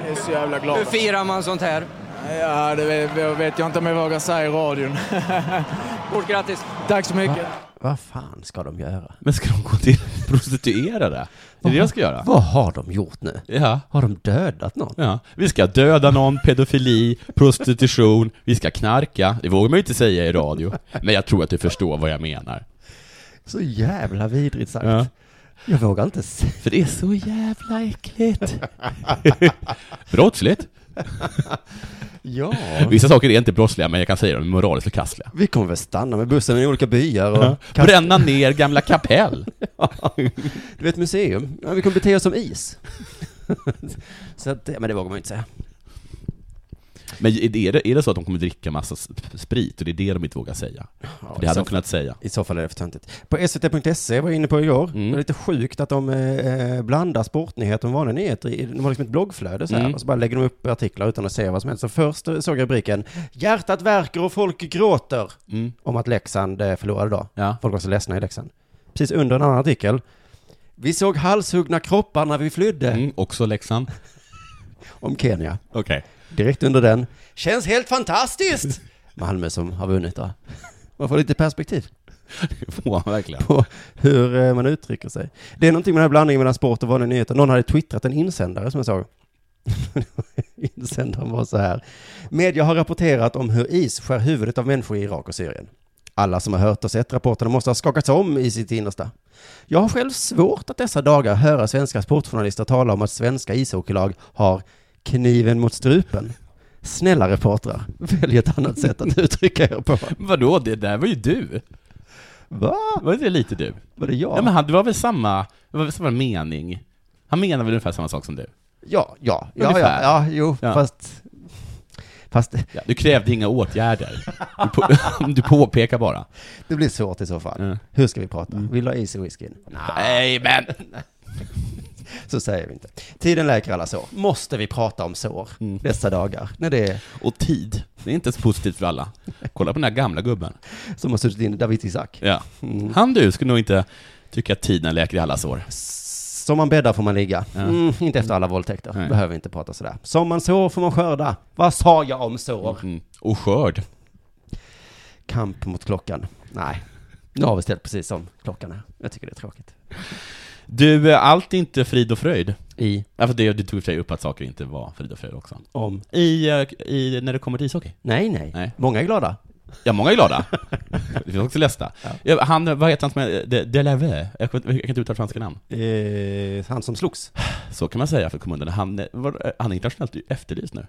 [SPEAKER 6] Hur firar man sånt här?
[SPEAKER 7] Ja, det vet, jag vet jag inte om jag vågar säga i radion.
[SPEAKER 6] Stort grattis!
[SPEAKER 7] Tack så mycket.
[SPEAKER 3] Vad fan ska de göra?
[SPEAKER 4] Men ska de gå till prostituerade? Det är det jag ska göra.
[SPEAKER 3] Vad har de gjort nu?
[SPEAKER 4] Ja.
[SPEAKER 3] Har de dödat någon?
[SPEAKER 4] Ja, vi ska döda någon, pedofili, prostitution, vi ska knarka. Det vågar man ju inte säga i radio. Men jag tror att du förstår vad jag menar.
[SPEAKER 3] Så jävla vidrigt sagt.
[SPEAKER 4] Ja.
[SPEAKER 3] Jag vågar inte säga.
[SPEAKER 4] För det är så jävla äckligt. Brottsligt.
[SPEAKER 3] Ja.
[SPEAKER 4] Vissa saker är inte brottsliga, men jag kan säga dem, de är moraliskt förkastliga.
[SPEAKER 3] Vi kommer väl stanna med bussen i olika byar och...
[SPEAKER 4] Ja. Bränna ner gamla kapell.
[SPEAKER 3] Du vet museum? Ja, vi kommer bete oss som is. så att, det- men det vågar man ju inte säga.
[SPEAKER 4] Men är det, är det så att de kommer dricka massa s- sprit, och det är det de inte vågar säga?
[SPEAKER 3] Ja,
[SPEAKER 4] Det
[SPEAKER 3] i,
[SPEAKER 4] hade
[SPEAKER 3] så,
[SPEAKER 4] de kunnat säga.
[SPEAKER 3] I så fall är det för töntigt. På svt.se E var jag inne på igår.
[SPEAKER 4] Mm.
[SPEAKER 3] Det är lite sjukt att de eh, eh, blandar sportnyheter med vanliga nyheter. i- De har liksom ett bloggflöde så här,
[SPEAKER 4] Mm.
[SPEAKER 3] och så bara lägger de upp artiklar utan att säga vad som helst. Så först eh, såg jag rubriken Hjärtat värker och folk gråter
[SPEAKER 4] Mm.
[SPEAKER 3] om att Leksand eh, förlorade idag.
[SPEAKER 4] Ja.
[SPEAKER 3] Folk var så ledsna i Leksand. Precis under en annan artikel. Vi såg halshuggna kroppar när vi flydde
[SPEAKER 4] Mm, också Leksand.
[SPEAKER 3] om Kenya.
[SPEAKER 4] Okej.
[SPEAKER 3] Direkt under den. Känns helt fantastiskt! Malmö som har vunnit då. Man får lite perspektiv
[SPEAKER 4] Får man verkligen.
[SPEAKER 3] på hur eh, man uttrycker sig. Det är någonting med den här blandningen mellan sport och vanliga nyheter. Någon hade twittrat en insändare som jag såg. Insändaren var så här. Media har rapporterat om hur is skär huvudet av människor i Irak och Syrien. Alla som har hört och sett rapporterna måste ha skakats om i sitt innersta. Jag har själv svårt att dessa dagar höra svenska sportjournalister tala om att svenska ishockeylag har kniven mot strupen. Snälla reportrar, välj ett annat sätt att uttrycka er på.
[SPEAKER 4] Vadå, det där var ju du.
[SPEAKER 3] Va?
[SPEAKER 4] Var inte det lite du?
[SPEAKER 3] Var det jag?
[SPEAKER 4] Ja, men han, det var väl samma, det var väl samma mening? Han menar väl ungefär samma sak som du?
[SPEAKER 3] Ja, ja, ja, ja,
[SPEAKER 4] Ungefär.
[SPEAKER 3] ja, jo,
[SPEAKER 4] Ja.
[SPEAKER 3] fast... Fast
[SPEAKER 4] Ja. Du krävde inga åtgärder. Du, på, du påpekar bara.
[SPEAKER 3] det blir svårt i så fall.
[SPEAKER 4] Mm.
[SPEAKER 3] Hur ska vi prata? Vill du ha is i whiskyn?
[SPEAKER 4] Nej, men!
[SPEAKER 3] Så säger vi inte. Tiden läker alla sår. Måste vi prata om sår
[SPEAKER 4] Mm.
[SPEAKER 3] dessa dagar? När det är
[SPEAKER 4] Och tid, det är inte så positivt för alla. Kolla på den här gamla gubben.
[SPEAKER 3] som har suttit inne, David Isak.
[SPEAKER 4] Ja.
[SPEAKER 3] Mm.
[SPEAKER 4] Han du skulle nog inte tycka att tiden läker i alla sår.
[SPEAKER 3] Som man bäddar får man ligga. Mm, inte efter alla våldtäkter.
[SPEAKER 4] Nej.
[SPEAKER 3] Behöver inte prata sådär. Som man sår får man skörda. Vad sa jag om sår?
[SPEAKER 4] Mm. Och skörd.
[SPEAKER 3] Kamp mot klockan. Nej. Nu har vi ställt precis som klockan är. Jag tycker det är tråkigt.
[SPEAKER 4] Du, eh, allt är inte frid och fröjd.
[SPEAKER 3] I,
[SPEAKER 4] Ja, för det, du tog i och för sig upp att saker inte var frid och fröjd också.
[SPEAKER 3] om.
[SPEAKER 4] I, eh, i, när det kommer till ishockey.
[SPEAKER 3] Nej, nej.
[SPEAKER 4] Nej.
[SPEAKER 3] Många är glada.
[SPEAKER 4] Ja, många är glada. Vi finns också ledsna. Ja. Han, vad heter han som är, eh, De- Delave? Jag kan jag kan inte uttala franska namn.
[SPEAKER 3] Eh, han som slogs.
[SPEAKER 4] Så kan man säga för kommunen. Han, eh, var, han är internationellt efterlyst nu.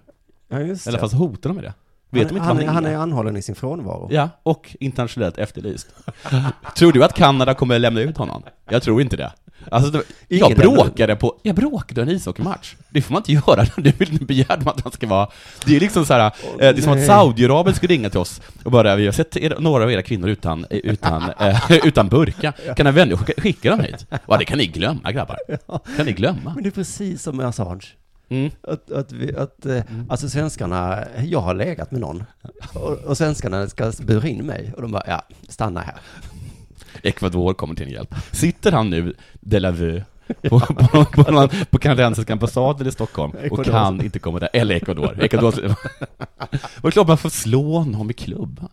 [SPEAKER 3] Ja, just
[SPEAKER 4] Eller
[SPEAKER 3] det.
[SPEAKER 4] fast hotar de med det? Vet de
[SPEAKER 3] han,
[SPEAKER 4] inte
[SPEAKER 3] han,
[SPEAKER 4] vad
[SPEAKER 3] han är
[SPEAKER 4] är?
[SPEAKER 3] anhållen i sin frånvaro.
[SPEAKER 4] Ja, och internationellt efterlyst. tror du att Kanada kommer lämna ut honom? Jag tror inte det. Alltså, det, jag
[SPEAKER 3] Ingen
[SPEAKER 4] bråkade på, jag bråkade en ishockeymatch. Det får man inte göra, nu vill ni begära att han ska vara... Det är liksom så här, eh, det är som att
[SPEAKER 3] nej.
[SPEAKER 4] Saudiarabien skulle ringa till oss och bara, vi har sett er, några av era kvinnor utan, eh, utan, eh, utan burka. Kan en vän skicka, skicka dem hit? Ja, det kan ni glömma grabbar. Kan ni glömma?
[SPEAKER 3] Men det är precis som med Assange.
[SPEAKER 4] Mm.
[SPEAKER 3] Att, att, vi, att eh, alltså svenskarna, jag har legat med någon. Och, och svenskarna ska bura in mig. Och de bara, ja, stanna här.
[SPEAKER 4] Ecuador kommer till en hjälp. Sitter han nu, de la Vue, på, på, på, på, någon- på kanadensiska ambassaden i Stockholm och
[SPEAKER 3] Ecuador.
[SPEAKER 4] kan inte komma där, eller Ecuador. Ecuador. Var klart man får slå honom i klubban.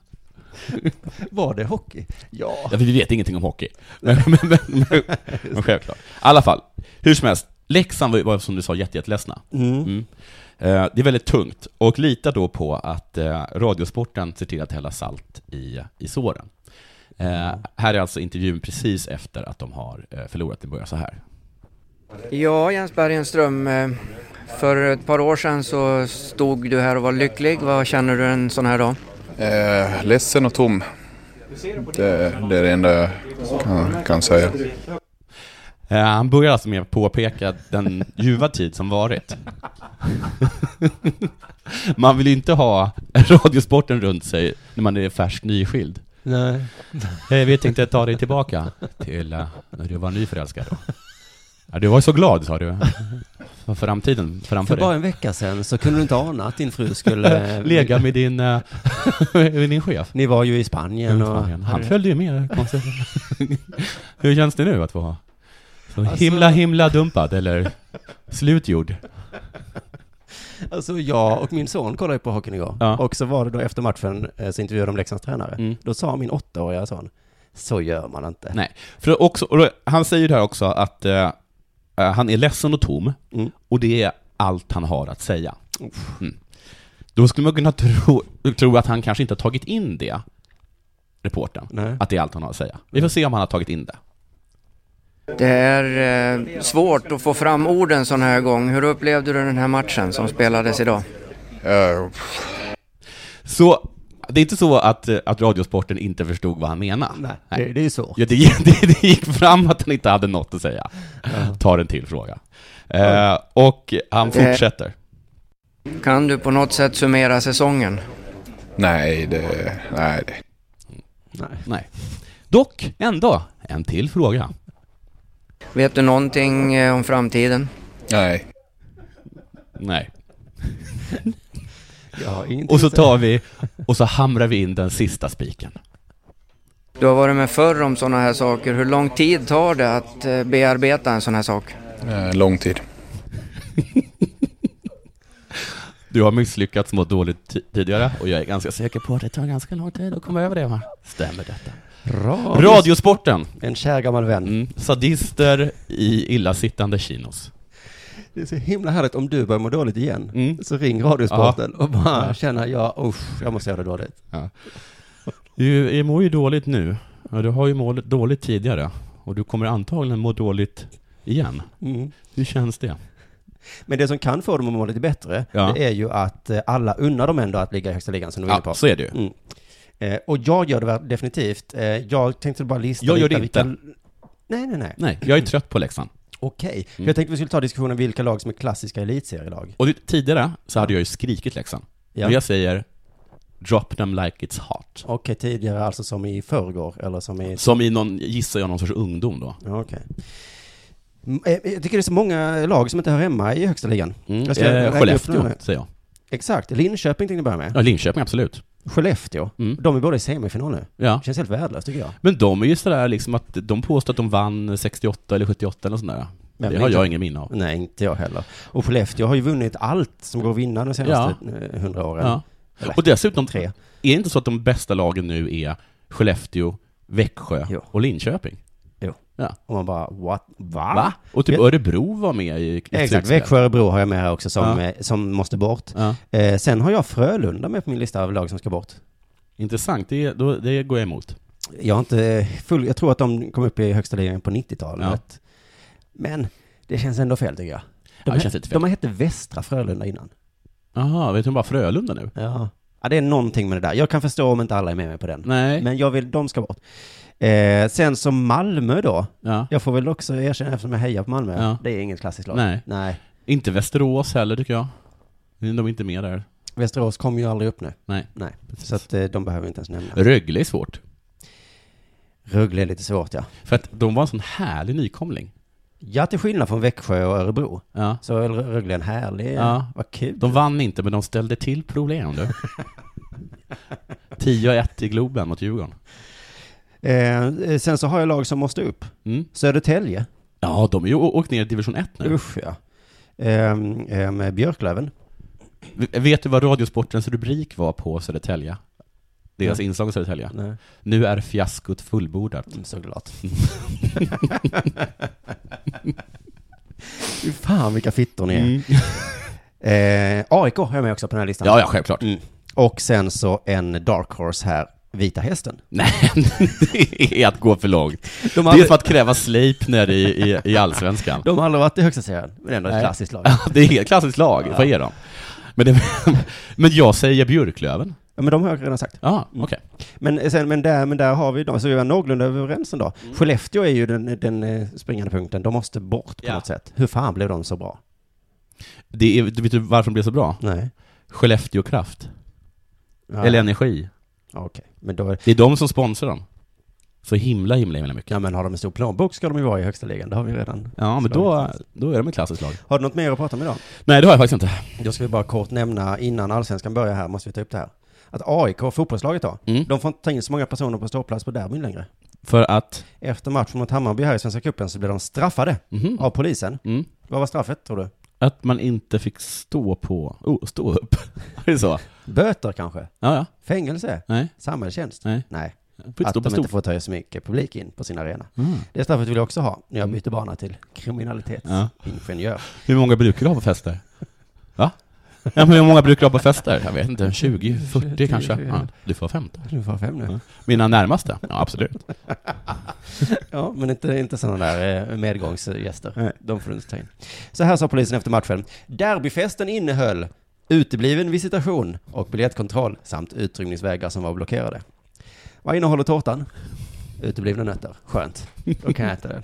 [SPEAKER 3] Var det hockey? Ja.
[SPEAKER 4] Ja, vi vet ingenting om hockey. Men, men, men, men, men självklart. I alla fall, hur som helst, Leksand var, ju- var som du sa jätte- jätteledsna. Mm. Eh, det är väldigt tungt, och lita då på att eh, Radiosporten ser till att hälla salt i, i såren. Eh, här är alltså intervjun precis efter att de har eh, förlorat. Det börjar så här.
[SPEAKER 6] Ja, Jens Bergenström. eh, För ett par år sedan så stod du här och var lycklig. Vad känner du en sån här dag?
[SPEAKER 8] Eh, ledsen och tom. Det, det är det enda jag kan, kan säga.
[SPEAKER 4] Eh, han börjar alltså med att påpeka den ljuva tid som varit. man vill ju inte ha Radiosporten runt sig när man är färsk nyskild.
[SPEAKER 3] Nej.
[SPEAKER 4] Hej, Eh, vi tänkte ta dig tillbaka till eh, när du var nyförälskad. Då. Ja, du var ju så glad, sa du. För framtiden framför
[SPEAKER 3] För bara
[SPEAKER 4] dig.
[SPEAKER 3] en vecka sedan så kunde du inte ana att din fru skulle...
[SPEAKER 4] Lega med din, eh, med din chef.
[SPEAKER 3] Ni var ju i Spanien och...
[SPEAKER 4] Fan, Han följde ju med, konstigt. Hur känns det nu att vara så himla, himla dumpad eller slutgjord?
[SPEAKER 3] Alltså jag och min son kollade ju på hockeyn igår.
[SPEAKER 4] Ja.
[SPEAKER 3] Och så var det då efter matchen eh, så intervjuade de Leksands tränare.
[SPEAKER 4] Mm.
[SPEAKER 3] Då sa min åttaåriga son, så gör man inte.
[SPEAKER 4] Nej, för också, och då, han säger det här också att eh, eh, han är ledsen och tom,
[SPEAKER 3] Mm.
[SPEAKER 4] och det är allt han har att säga. Mm. Då skulle man kunna tro, tro att han kanske inte har tagit in det, reportern.
[SPEAKER 3] Nej. Mm.
[SPEAKER 4] Att det är allt han har att säga. Vi får se om han har tagit in det.
[SPEAKER 6] Det är eh, svårt att få fram orden sån här gång. Hur upplevde du den här matchen som spelades idag?
[SPEAKER 8] Eh,
[SPEAKER 4] Så det är inte så att, eh, att Radiosporten inte förstod vad han menade.
[SPEAKER 3] Nej, det, det är ju så.
[SPEAKER 4] Ja, det, det, det gick fram att han inte hade något att säga. Tar en till fråga. Eh, och han
[SPEAKER 6] Eh.
[SPEAKER 4] fortsätter.
[SPEAKER 6] Kan du på något sätt summera säsongen?
[SPEAKER 8] nej, det... Nej, det.
[SPEAKER 3] Nej.
[SPEAKER 4] Nej. Dock, ändå, en till fråga.
[SPEAKER 6] Vet du någonting eh, om framtiden?
[SPEAKER 8] Nej.
[SPEAKER 4] Nej.
[SPEAKER 3] Jag har ingenting
[SPEAKER 4] Och så
[SPEAKER 3] att säga.
[SPEAKER 4] tar vi, och så hamrar vi in den sista spiken.
[SPEAKER 6] Du har varit med förr om sådana här saker. Hur lång tid tar det att eh, bearbeta en sån här sak?
[SPEAKER 8] Eh, lång tid.
[SPEAKER 4] Du har misslyckats mot dåligt ti- tidigare, och jag är ganska säker på att det tar ganska lång tid att komma över det, va? Stämmer detta?
[SPEAKER 3] Radio.
[SPEAKER 4] Radiosporten!
[SPEAKER 3] En kär gammal vän.
[SPEAKER 4] Mm. Sadister i illasittande chinos.
[SPEAKER 3] Det är så himla härligt om du börjar må dåligt igen.
[SPEAKER 4] Mm.
[SPEAKER 3] Så ring Radiosporten och bara känna, ja usch, jag måste göra det dåligt.
[SPEAKER 4] Du jag mår ju dåligt nu, och du har ju mått dåligt tidigare, och du kommer antagligen må dåligt igen.
[SPEAKER 3] Mm.
[SPEAKER 4] Hur känns det?
[SPEAKER 3] Men det som kan få dem att må lite bättre,
[SPEAKER 4] Ja.
[SPEAKER 3] det är ju att eh, alla unnar dem ändå att ligga i högsta ligan som de var inne på.
[SPEAKER 4] så är det ju.
[SPEAKER 3] Mm. Eh, och jag gör det väl definitivt. Eh, jag tänkte bara lista
[SPEAKER 4] Jag gör det
[SPEAKER 3] vilka-
[SPEAKER 4] inte.
[SPEAKER 3] vilka- Nej, nej, nej.
[SPEAKER 4] Nej, Mm. jag är trött på Leksand.
[SPEAKER 3] Okej. För Jag tänkte vi skulle ta diskussionen vilka lag som är klassiska elitserielag.
[SPEAKER 4] Och det- tidigare så hade jag ju skrikit Leksand.
[SPEAKER 3] Ja.
[SPEAKER 4] Men jag säger Drop them like it's hot.
[SPEAKER 3] Okej, tidigare alltså som i förrgår, eller som i...
[SPEAKER 4] Som i någon, gissar jag, någon sorts ungdom då.
[SPEAKER 3] Ja, Okej. Mm, eh, Jag tycker det är så många lag som inte hör hemma i högsta ligan.
[SPEAKER 4] Mm.
[SPEAKER 3] Jag ska räkna
[SPEAKER 4] eh,
[SPEAKER 3] upp
[SPEAKER 4] Skellefteå,
[SPEAKER 3] några.
[SPEAKER 4] säger jag.
[SPEAKER 3] Exakt. Linköping tänkte jag börja med.
[SPEAKER 4] Ja, Linköping, absolut.
[SPEAKER 3] Skellefteå.
[SPEAKER 4] Mm.
[SPEAKER 3] De är båda i semifinal nu.
[SPEAKER 4] Ja.
[SPEAKER 3] Känns helt värdelöst tycker jag.
[SPEAKER 4] Men de är ju sådär liksom att de påstår att de vann 68 eller 78 eller sådär.
[SPEAKER 3] Men
[SPEAKER 4] det har
[SPEAKER 3] inte-
[SPEAKER 4] jag ingen minne av.
[SPEAKER 3] Nej, inte jag heller. Och Skellefteå har ju vunnit allt som går att vinna de senaste eh, hundra åren.
[SPEAKER 4] Ja.
[SPEAKER 3] Eller,
[SPEAKER 4] Och dessutom,
[SPEAKER 3] tre.
[SPEAKER 4] är det inte så att de bästa lagen nu är Skellefteå, Växjö
[SPEAKER 3] Jo.
[SPEAKER 4] och Linköping?
[SPEAKER 3] Och man bara, what? Va?
[SPEAKER 4] Va? Och typ
[SPEAKER 3] Ja.
[SPEAKER 4] Örebro var med i... i
[SPEAKER 3] Exakt,
[SPEAKER 4] slutspelet.
[SPEAKER 3] Växjö och Örebro har jag med här också som,
[SPEAKER 4] Ja.
[SPEAKER 3] eh, som måste bort.
[SPEAKER 4] Ja.
[SPEAKER 3] Eh, sen har jag Frölunda med på min lista av lag som ska bort.
[SPEAKER 4] Intressant, det, då, det går jag emot.
[SPEAKER 3] Jag, har inte eh, full, jag tror att de kom upp i högsta ligan på 90-talet. Men det känns ändå fel tycker jag.
[SPEAKER 4] Ja,
[SPEAKER 3] De,
[SPEAKER 4] det känns lite fel.
[SPEAKER 3] de hette Västra Frölunda innan.
[SPEAKER 4] Jaha, vet du bara Frölunda nu?
[SPEAKER 3] Ja. ja, det är någonting med det där. Jag kan förstå om inte alla är med mig på den.
[SPEAKER 4] Nej.
[SPEAKER 3] Men jag vill, de ska bort. Eh, sen som Malmö då.
[SPEAKER 4] Ja.
[SPEAKER 3] Jag får väl också erkänna eftersom jag hejar på Malmö.
[SPEAKER 4] Ja.
[SPEAKER 3] Det är inget klassiskt lag.
[SPEAKER 4] Nej.
[SPEAKER 3] Nej.
[SPEAKER 4] Inte Västerås heller tycker jag. De är inte med där.
[SPEAKER 3] Västerås kommer ju aldrig upp nu.
[SPEAKER 4] Nej.
[SPEAKER 3] Nej. Så att eh, de behöver vi inte ens nämna.
[SPEAKER 4] Rögle är svårt.
[SPEAKER 3] Rögle är lite svårt ja.
[SPEAKER 4] För att de var en sån härlig nykomling.
[SPEAKER 3] Ja, till skillnad från Växjö och Örebro.
[SPEAKER 4] Ja.
[SPEAKER 3] Så är Rögle en härlig,
[SPEAKER 4] Ja.
[SPEAKER 3] vad kul.
[SPEAKER 4] De vann inte, men de ställde till problem du. 10-1 i Globen mot Djurgården.
[SPEAKER 3] Eh, eh, sen så har jag lag som måste upp.
[SPEAKER 4] Mm.
[SPEAKER 3] Södertälje.
[SPEAKER 4] Ja, de är ju å- åkt ner i division 1 nu.
[SPEAKER 3] Usch ja. Ehm, ehm, Björklöven.
[SPEAKER 4] V- Vet du vad Radiosportens rubrik var på Södertälje? Deras inslag i Södertälje.
[SPEAKER 3] Nej.
[SPEAKER 4] Nu är fiaskot fullbordat.
[SPEAKER 3] Mm, Såklart. Fy fan vilka fittor ni är.
[SPEAKER 4] Mm.
[SPEAKER 3] Eh, AIK har jag med också på den här listan.
[SPEAKER 4] Ja, ja, självklart.
[SPEAKER 3] Och sen så en dark horse här. Vita Hästen.
[SPEAKER 4] Nej, det är att gå för långt.
[SPEAKER 3] De har,
[SPEAKER 4] Det är
[SPEAKER 3] aldrig,
[SPEAKER 4] som att kräva Sleipner i, i, i Allsvenskan.
[SPEAKER 3] de har aldrig varit i högsta serien, men ändå ett
[SPEAKER 4] Nej.
[SPEAKER 3] klassiskt lag.
[SPEAKER 4] Ja, det är ett klassiskt lag. Vad är de? Men, det, men jag säger Björklöven.
[SPEAKER 3] Ja, men de har jag redan sagt.
[SPEAKER 4] Ja, okej.
[SPEAKER 3] Men, eh, sen, men, där, men där har vi dem, så vi var någorlunda överens ändå.
[SPEAKER 4] Mm.
[SPEAKER 3] Skellefteå är ju den, den eh, springande punkten, de måste bort på
[SPEAKER 4] Ja.
[SPEAKER 3] något sätt. Hur fan blev de så bra?
[SPEAKER 4] Det är, vet du varför de blev så bra?
[SPEAKER 3] Nej.
[SPEAKER 4] Skellefteå Kraft.
[SPEAKER 3] Ja.
[SPEAKER 4] Eller Energi.
[SPEAKER 3] Ja, Okej, men då...
[SPEAKER 4] Det är de som sponsrar dem. Så himla, himla, himla mycket.
[SPEAKER 3] Ja, men har de en stor plånbok ska de ju vara i högsta ligan, det har vi redan.
[SPEAKER 4] Ja, men
[SPEAKER 3] slagit
[SPEAKER 4] då,
[SPEAKER 3] fast.
[SPEAKER 4] då är de ett klassiskt lag.
[SPEAKER 3] Har du något mer att prata om idag?
[SPEAKER 4] Nej, det har jag faktiskt inte.
[SPEAKER 3] Då ska vi bara kort nämna, innan allsvenskan börjar här, måste vi ta upp det här. Att AIK, fotbollslaget då,
[SPEAKER 4] Mm.
[SPEAKER 3] de får inte ta in så många personer på ståplats på derbyn längre.
[SPEAKER 4] För att...
[SPEAKER 3] Efter matchen mot Hammarby här i Svenska Cupen så blev de straffade
[SPEAKER 4] Mhm.
[SPEAKER 3] av polisen.
[SPEAKER 4] Mm.
[SPEAKER 3] Vad var straffet, tror du?
[SPEAKER 4] Att man inte fick stå på... Oh, stå upp. är det så?
[SPEAKER 3] Böter kanske?
[SPEAKER 4] Ja, ja.
[SPEAKER 3] Fängelse?
[SPEAKER 4] Nej.
[SPEAKER 3] Samhällstjänst?
[SPEAKER 4] Nej.
[SPEAKER 3] Nej.
[SPEAKER 4] Får inte
[SPEAKER 3] Att
[SPEAKER 4] stå på
[SPEAKER 3] de
[SPEAKER 4] stå.
[SPEAKER 3] inte får ta så mycket publik in på sin arena.
[SPEAKER 4] Mm.
[SPEAKER 3] Det straffet vill jag också ha när jag byter bana till kriminalitetsingenjör.
[SPEAKER 4] Hur många brukar du ha på fester? Va? Ja, men hur många brukar du ha på fester? Jag vet inte, 20, 40 kanske? Ja, du får 15.
[SPEAKER 3] Du får fem nu.
[SPEAKER 4] Mina närmaste? Ja, absolut.
[SPEAKER 3] Ja, men inte, inte sådana där eh, medgångsgäster. De får du inte ta in. Så här sa polisen efter matchen. Derbyfesten innehöll utebliven visitation och biljettkontroll samt utrymningsvägar som var blockerade. Vad innehåller tårtan? Uteblivna nötter. Skönt. Då kan jag äta den.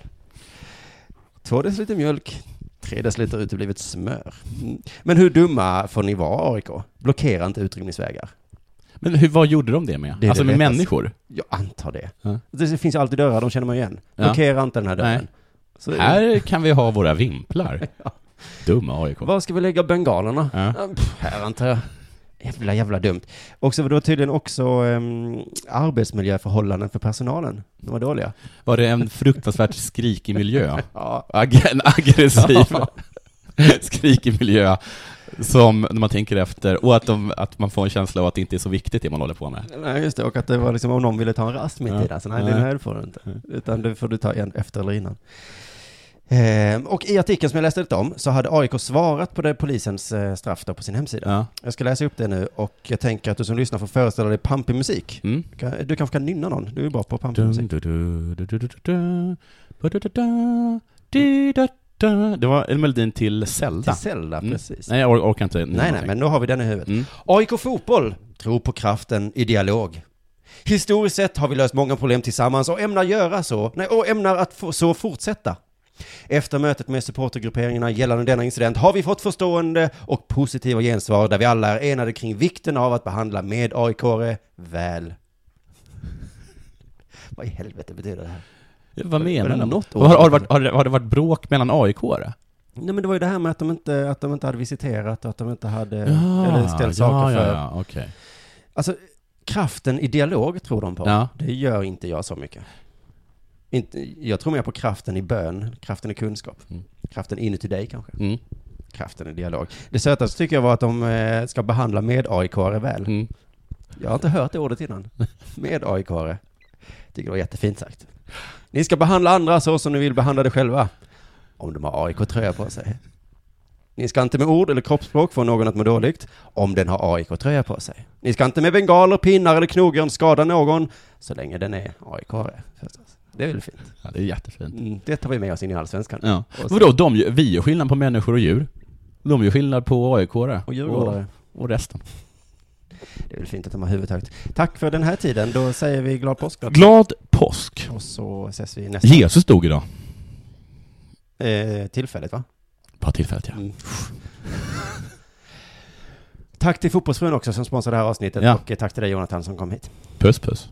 [SPEAKER 3] Två deciliter mjölk, tre deciliter uteblivet smör. Mm. Men hur dumma får ni vara, AIK? Blockera inte utrymningsvägar.
[SPEAKER 4] Men hur, vad gjorde de det med?
[SPEAKER 3] Det är
[SPEAKER 4] alltså
[SPEAKER 3] det
[SPEAKER 4] med
[SPEAKER 3] vetaste.
[SPEAKER 4] människor?
[SPEAKER 3] Jag antar det.
[SPEAKER 4] Ja.
[SPEAKER 3] Det finns ju alltid dörrar, de känner man igen.
[SPEAKER 4] Ja.
[SPEAKER 3] Blockera inte den här dörren.
[SPEAKER 4] Nej.
[SPEAKER 3] Så-
[SPEAKER 4] Här kan vi ha våra vimplar. Dumma AIK.
[SPEAKER 3] Var ska vi lägga bengalerna?
[SPEAKER 4] Ja.
[SPEAKER 3] Ja. pff, Här antar jag. Jävla, jävla dumt. Och så var det tydligen också ehm, arbetsmiljöförhållanden för personalen. De var dåliga.
[SPEAKER 4] Var det en fruktansvärt skrikig miljö?
[SPEAKER 3] Ja.
[SPEAKER 4] Ag- en aggressiv skrikig miljö som, när man tänker efter, och att, de, att man får en känsla av att det inte är så viktigt det man håller på med.
[SPEAKER 3] Nej, just det. Och att det var liksom om någon ville ta en rast mitt
[SPEAKER 4] Ja.
[SPEAKER 3] i det. Så nej,
[SPEAKER 4] Nej.
[SPEAKER 3] det här får du inte. Utan det får du ta igen efter eller innan. Ehm, och i artikeln som jag läste lite om så hade AIK svarat på det polisens eh, straff då på sin hemsida.
[SPEAKER 4] Ja.
[SPEAKER 3] Jag ska läsa upp det nu och jag tänker att du som lyssnar får föreställa dig pampig musik.
[SPEAKER 4] Mm.
[SPEAKER 3] Du, kan, du kanske kan nynna någon? Du är bra på pampig
[SPEAKER 4] Dun,
[SPEAKER 3] musik.
[SPEAKER 4] du, du, du, du, du, du, du, ba, du, du, du, du, du, du. Det var en melodin till
[SPEAKER 3] Till
[SPEAKER 4] Zelda.
[SPEAKER 3] Zelda,
[SPEAKER 4] Mm.
[SPEAKER 3] precis.
[SPEAKER 4] Nej, jag or- orkar inte.
[SPEAKER 3] Nej, nej, men nu har vi den i huvudet.
[SPEAKER 4] Mm.
[SPEAKER 3] AIK Fotboll tror på kraften i dialog. Historiskt sett har vi löst många problem tillsammans och ämnar göra så, nej, och ämnar att få, så fortsätta. Efter mötet med supportergrupperingarna gällande denna incident har vi fått förstående och positiva gensvar där vi alla är enade kring vikten av att behandla med aik väl. Vad i helvete betyder det här?
[SPEAKER 4] Vad menar
[SPEAKER 3] Var det
[SPEAKER 4] de?
[SPEAKER 3] något
[SPEAKER 4] Har, har, det
[SPEAKER 3] år?
[SPEAKER 4] varit, har, det, har det varit bråk mellan aik -are?
[SPEAKER 3] Nej men det var ju det här med att de inte, att de inte hade visiterat och att de inte hade, eller
[SPEAKER 4] ja,
[SPEAKER 3] ställt saker
[SPEAKER 4] ja,
[SPEAKER 3] för.
[SPEAKER 4] ja, okej.
[SPEAKER 3] Alltså, kraften i dialog tror de på.
[SPEAKER 4] Ja.
[SPEAKER 3] Det gör inte jag så mycket. Inte, jag tror mer på kraften i bön, kraften i kunskap.
[SPEAKER 4] Mm.
[SPEAKER 3] Kraften inuti dig kanske.
[SPEAKER 4] Mm,
[SPEAKER 3] Kraften i dialog. Det sötaste tycker jag var att de eh, ska behandla med aik väl.
[SPEAKER 4] mm.
[SPEAKER 3] Jag har inte hört det ordet innan. Med aik Jag tycker det var jättefint sagt. Ni ska behandla andra så som ni vill behandla det själva. Om de har AIK-tröja på sig. Ni ska inte med ord eller kroppsspråk få någon att må dåligt om den har AIK-tröja på sig. Ni ska inte med bengaler, pinnar eller knogjärn skada någon så länge den är aik förstås. Det är väl fint.
[SPEAKER 4] Ja, det är jättefint.
[SPEAKER 3] Mm, Det tar vi med oss in i allsvenskan.
[SPEAKER 4] Ja.
[SPEAKER 3] Och sen-
[SPEAKER 4] Vadå, de, gör- vi gör skillnad på människor och djur. De gör skillnad på aik -are.
[SPEAKER 3] Och Djurgårdare.
[SPEAKER 4] och resten.
[SPEAKER 3] Det är väl fint att de har huvudet högt. Tack för den här tiden. Då säger vi glad påsk. då.
[SPEAKER 4] Glad påsk!
[SPEAKER 3] Och så ses vi nästa
[SPEAKER 4] Jesus dog idag.
[SPEAKER 3] eh, tillfället, va?
[SPEAKER 4] Bra tillfället, ja.
[SPEAKER 3] Mm. Tack till Fotbollsfrun också som sponsrar det här avsnittet
[SPEAKER 4] Ja.
[SPEAKER 3] och eh, tack till dig Jonathan som kom hit.
[SPEAKER 4] Puss, puss.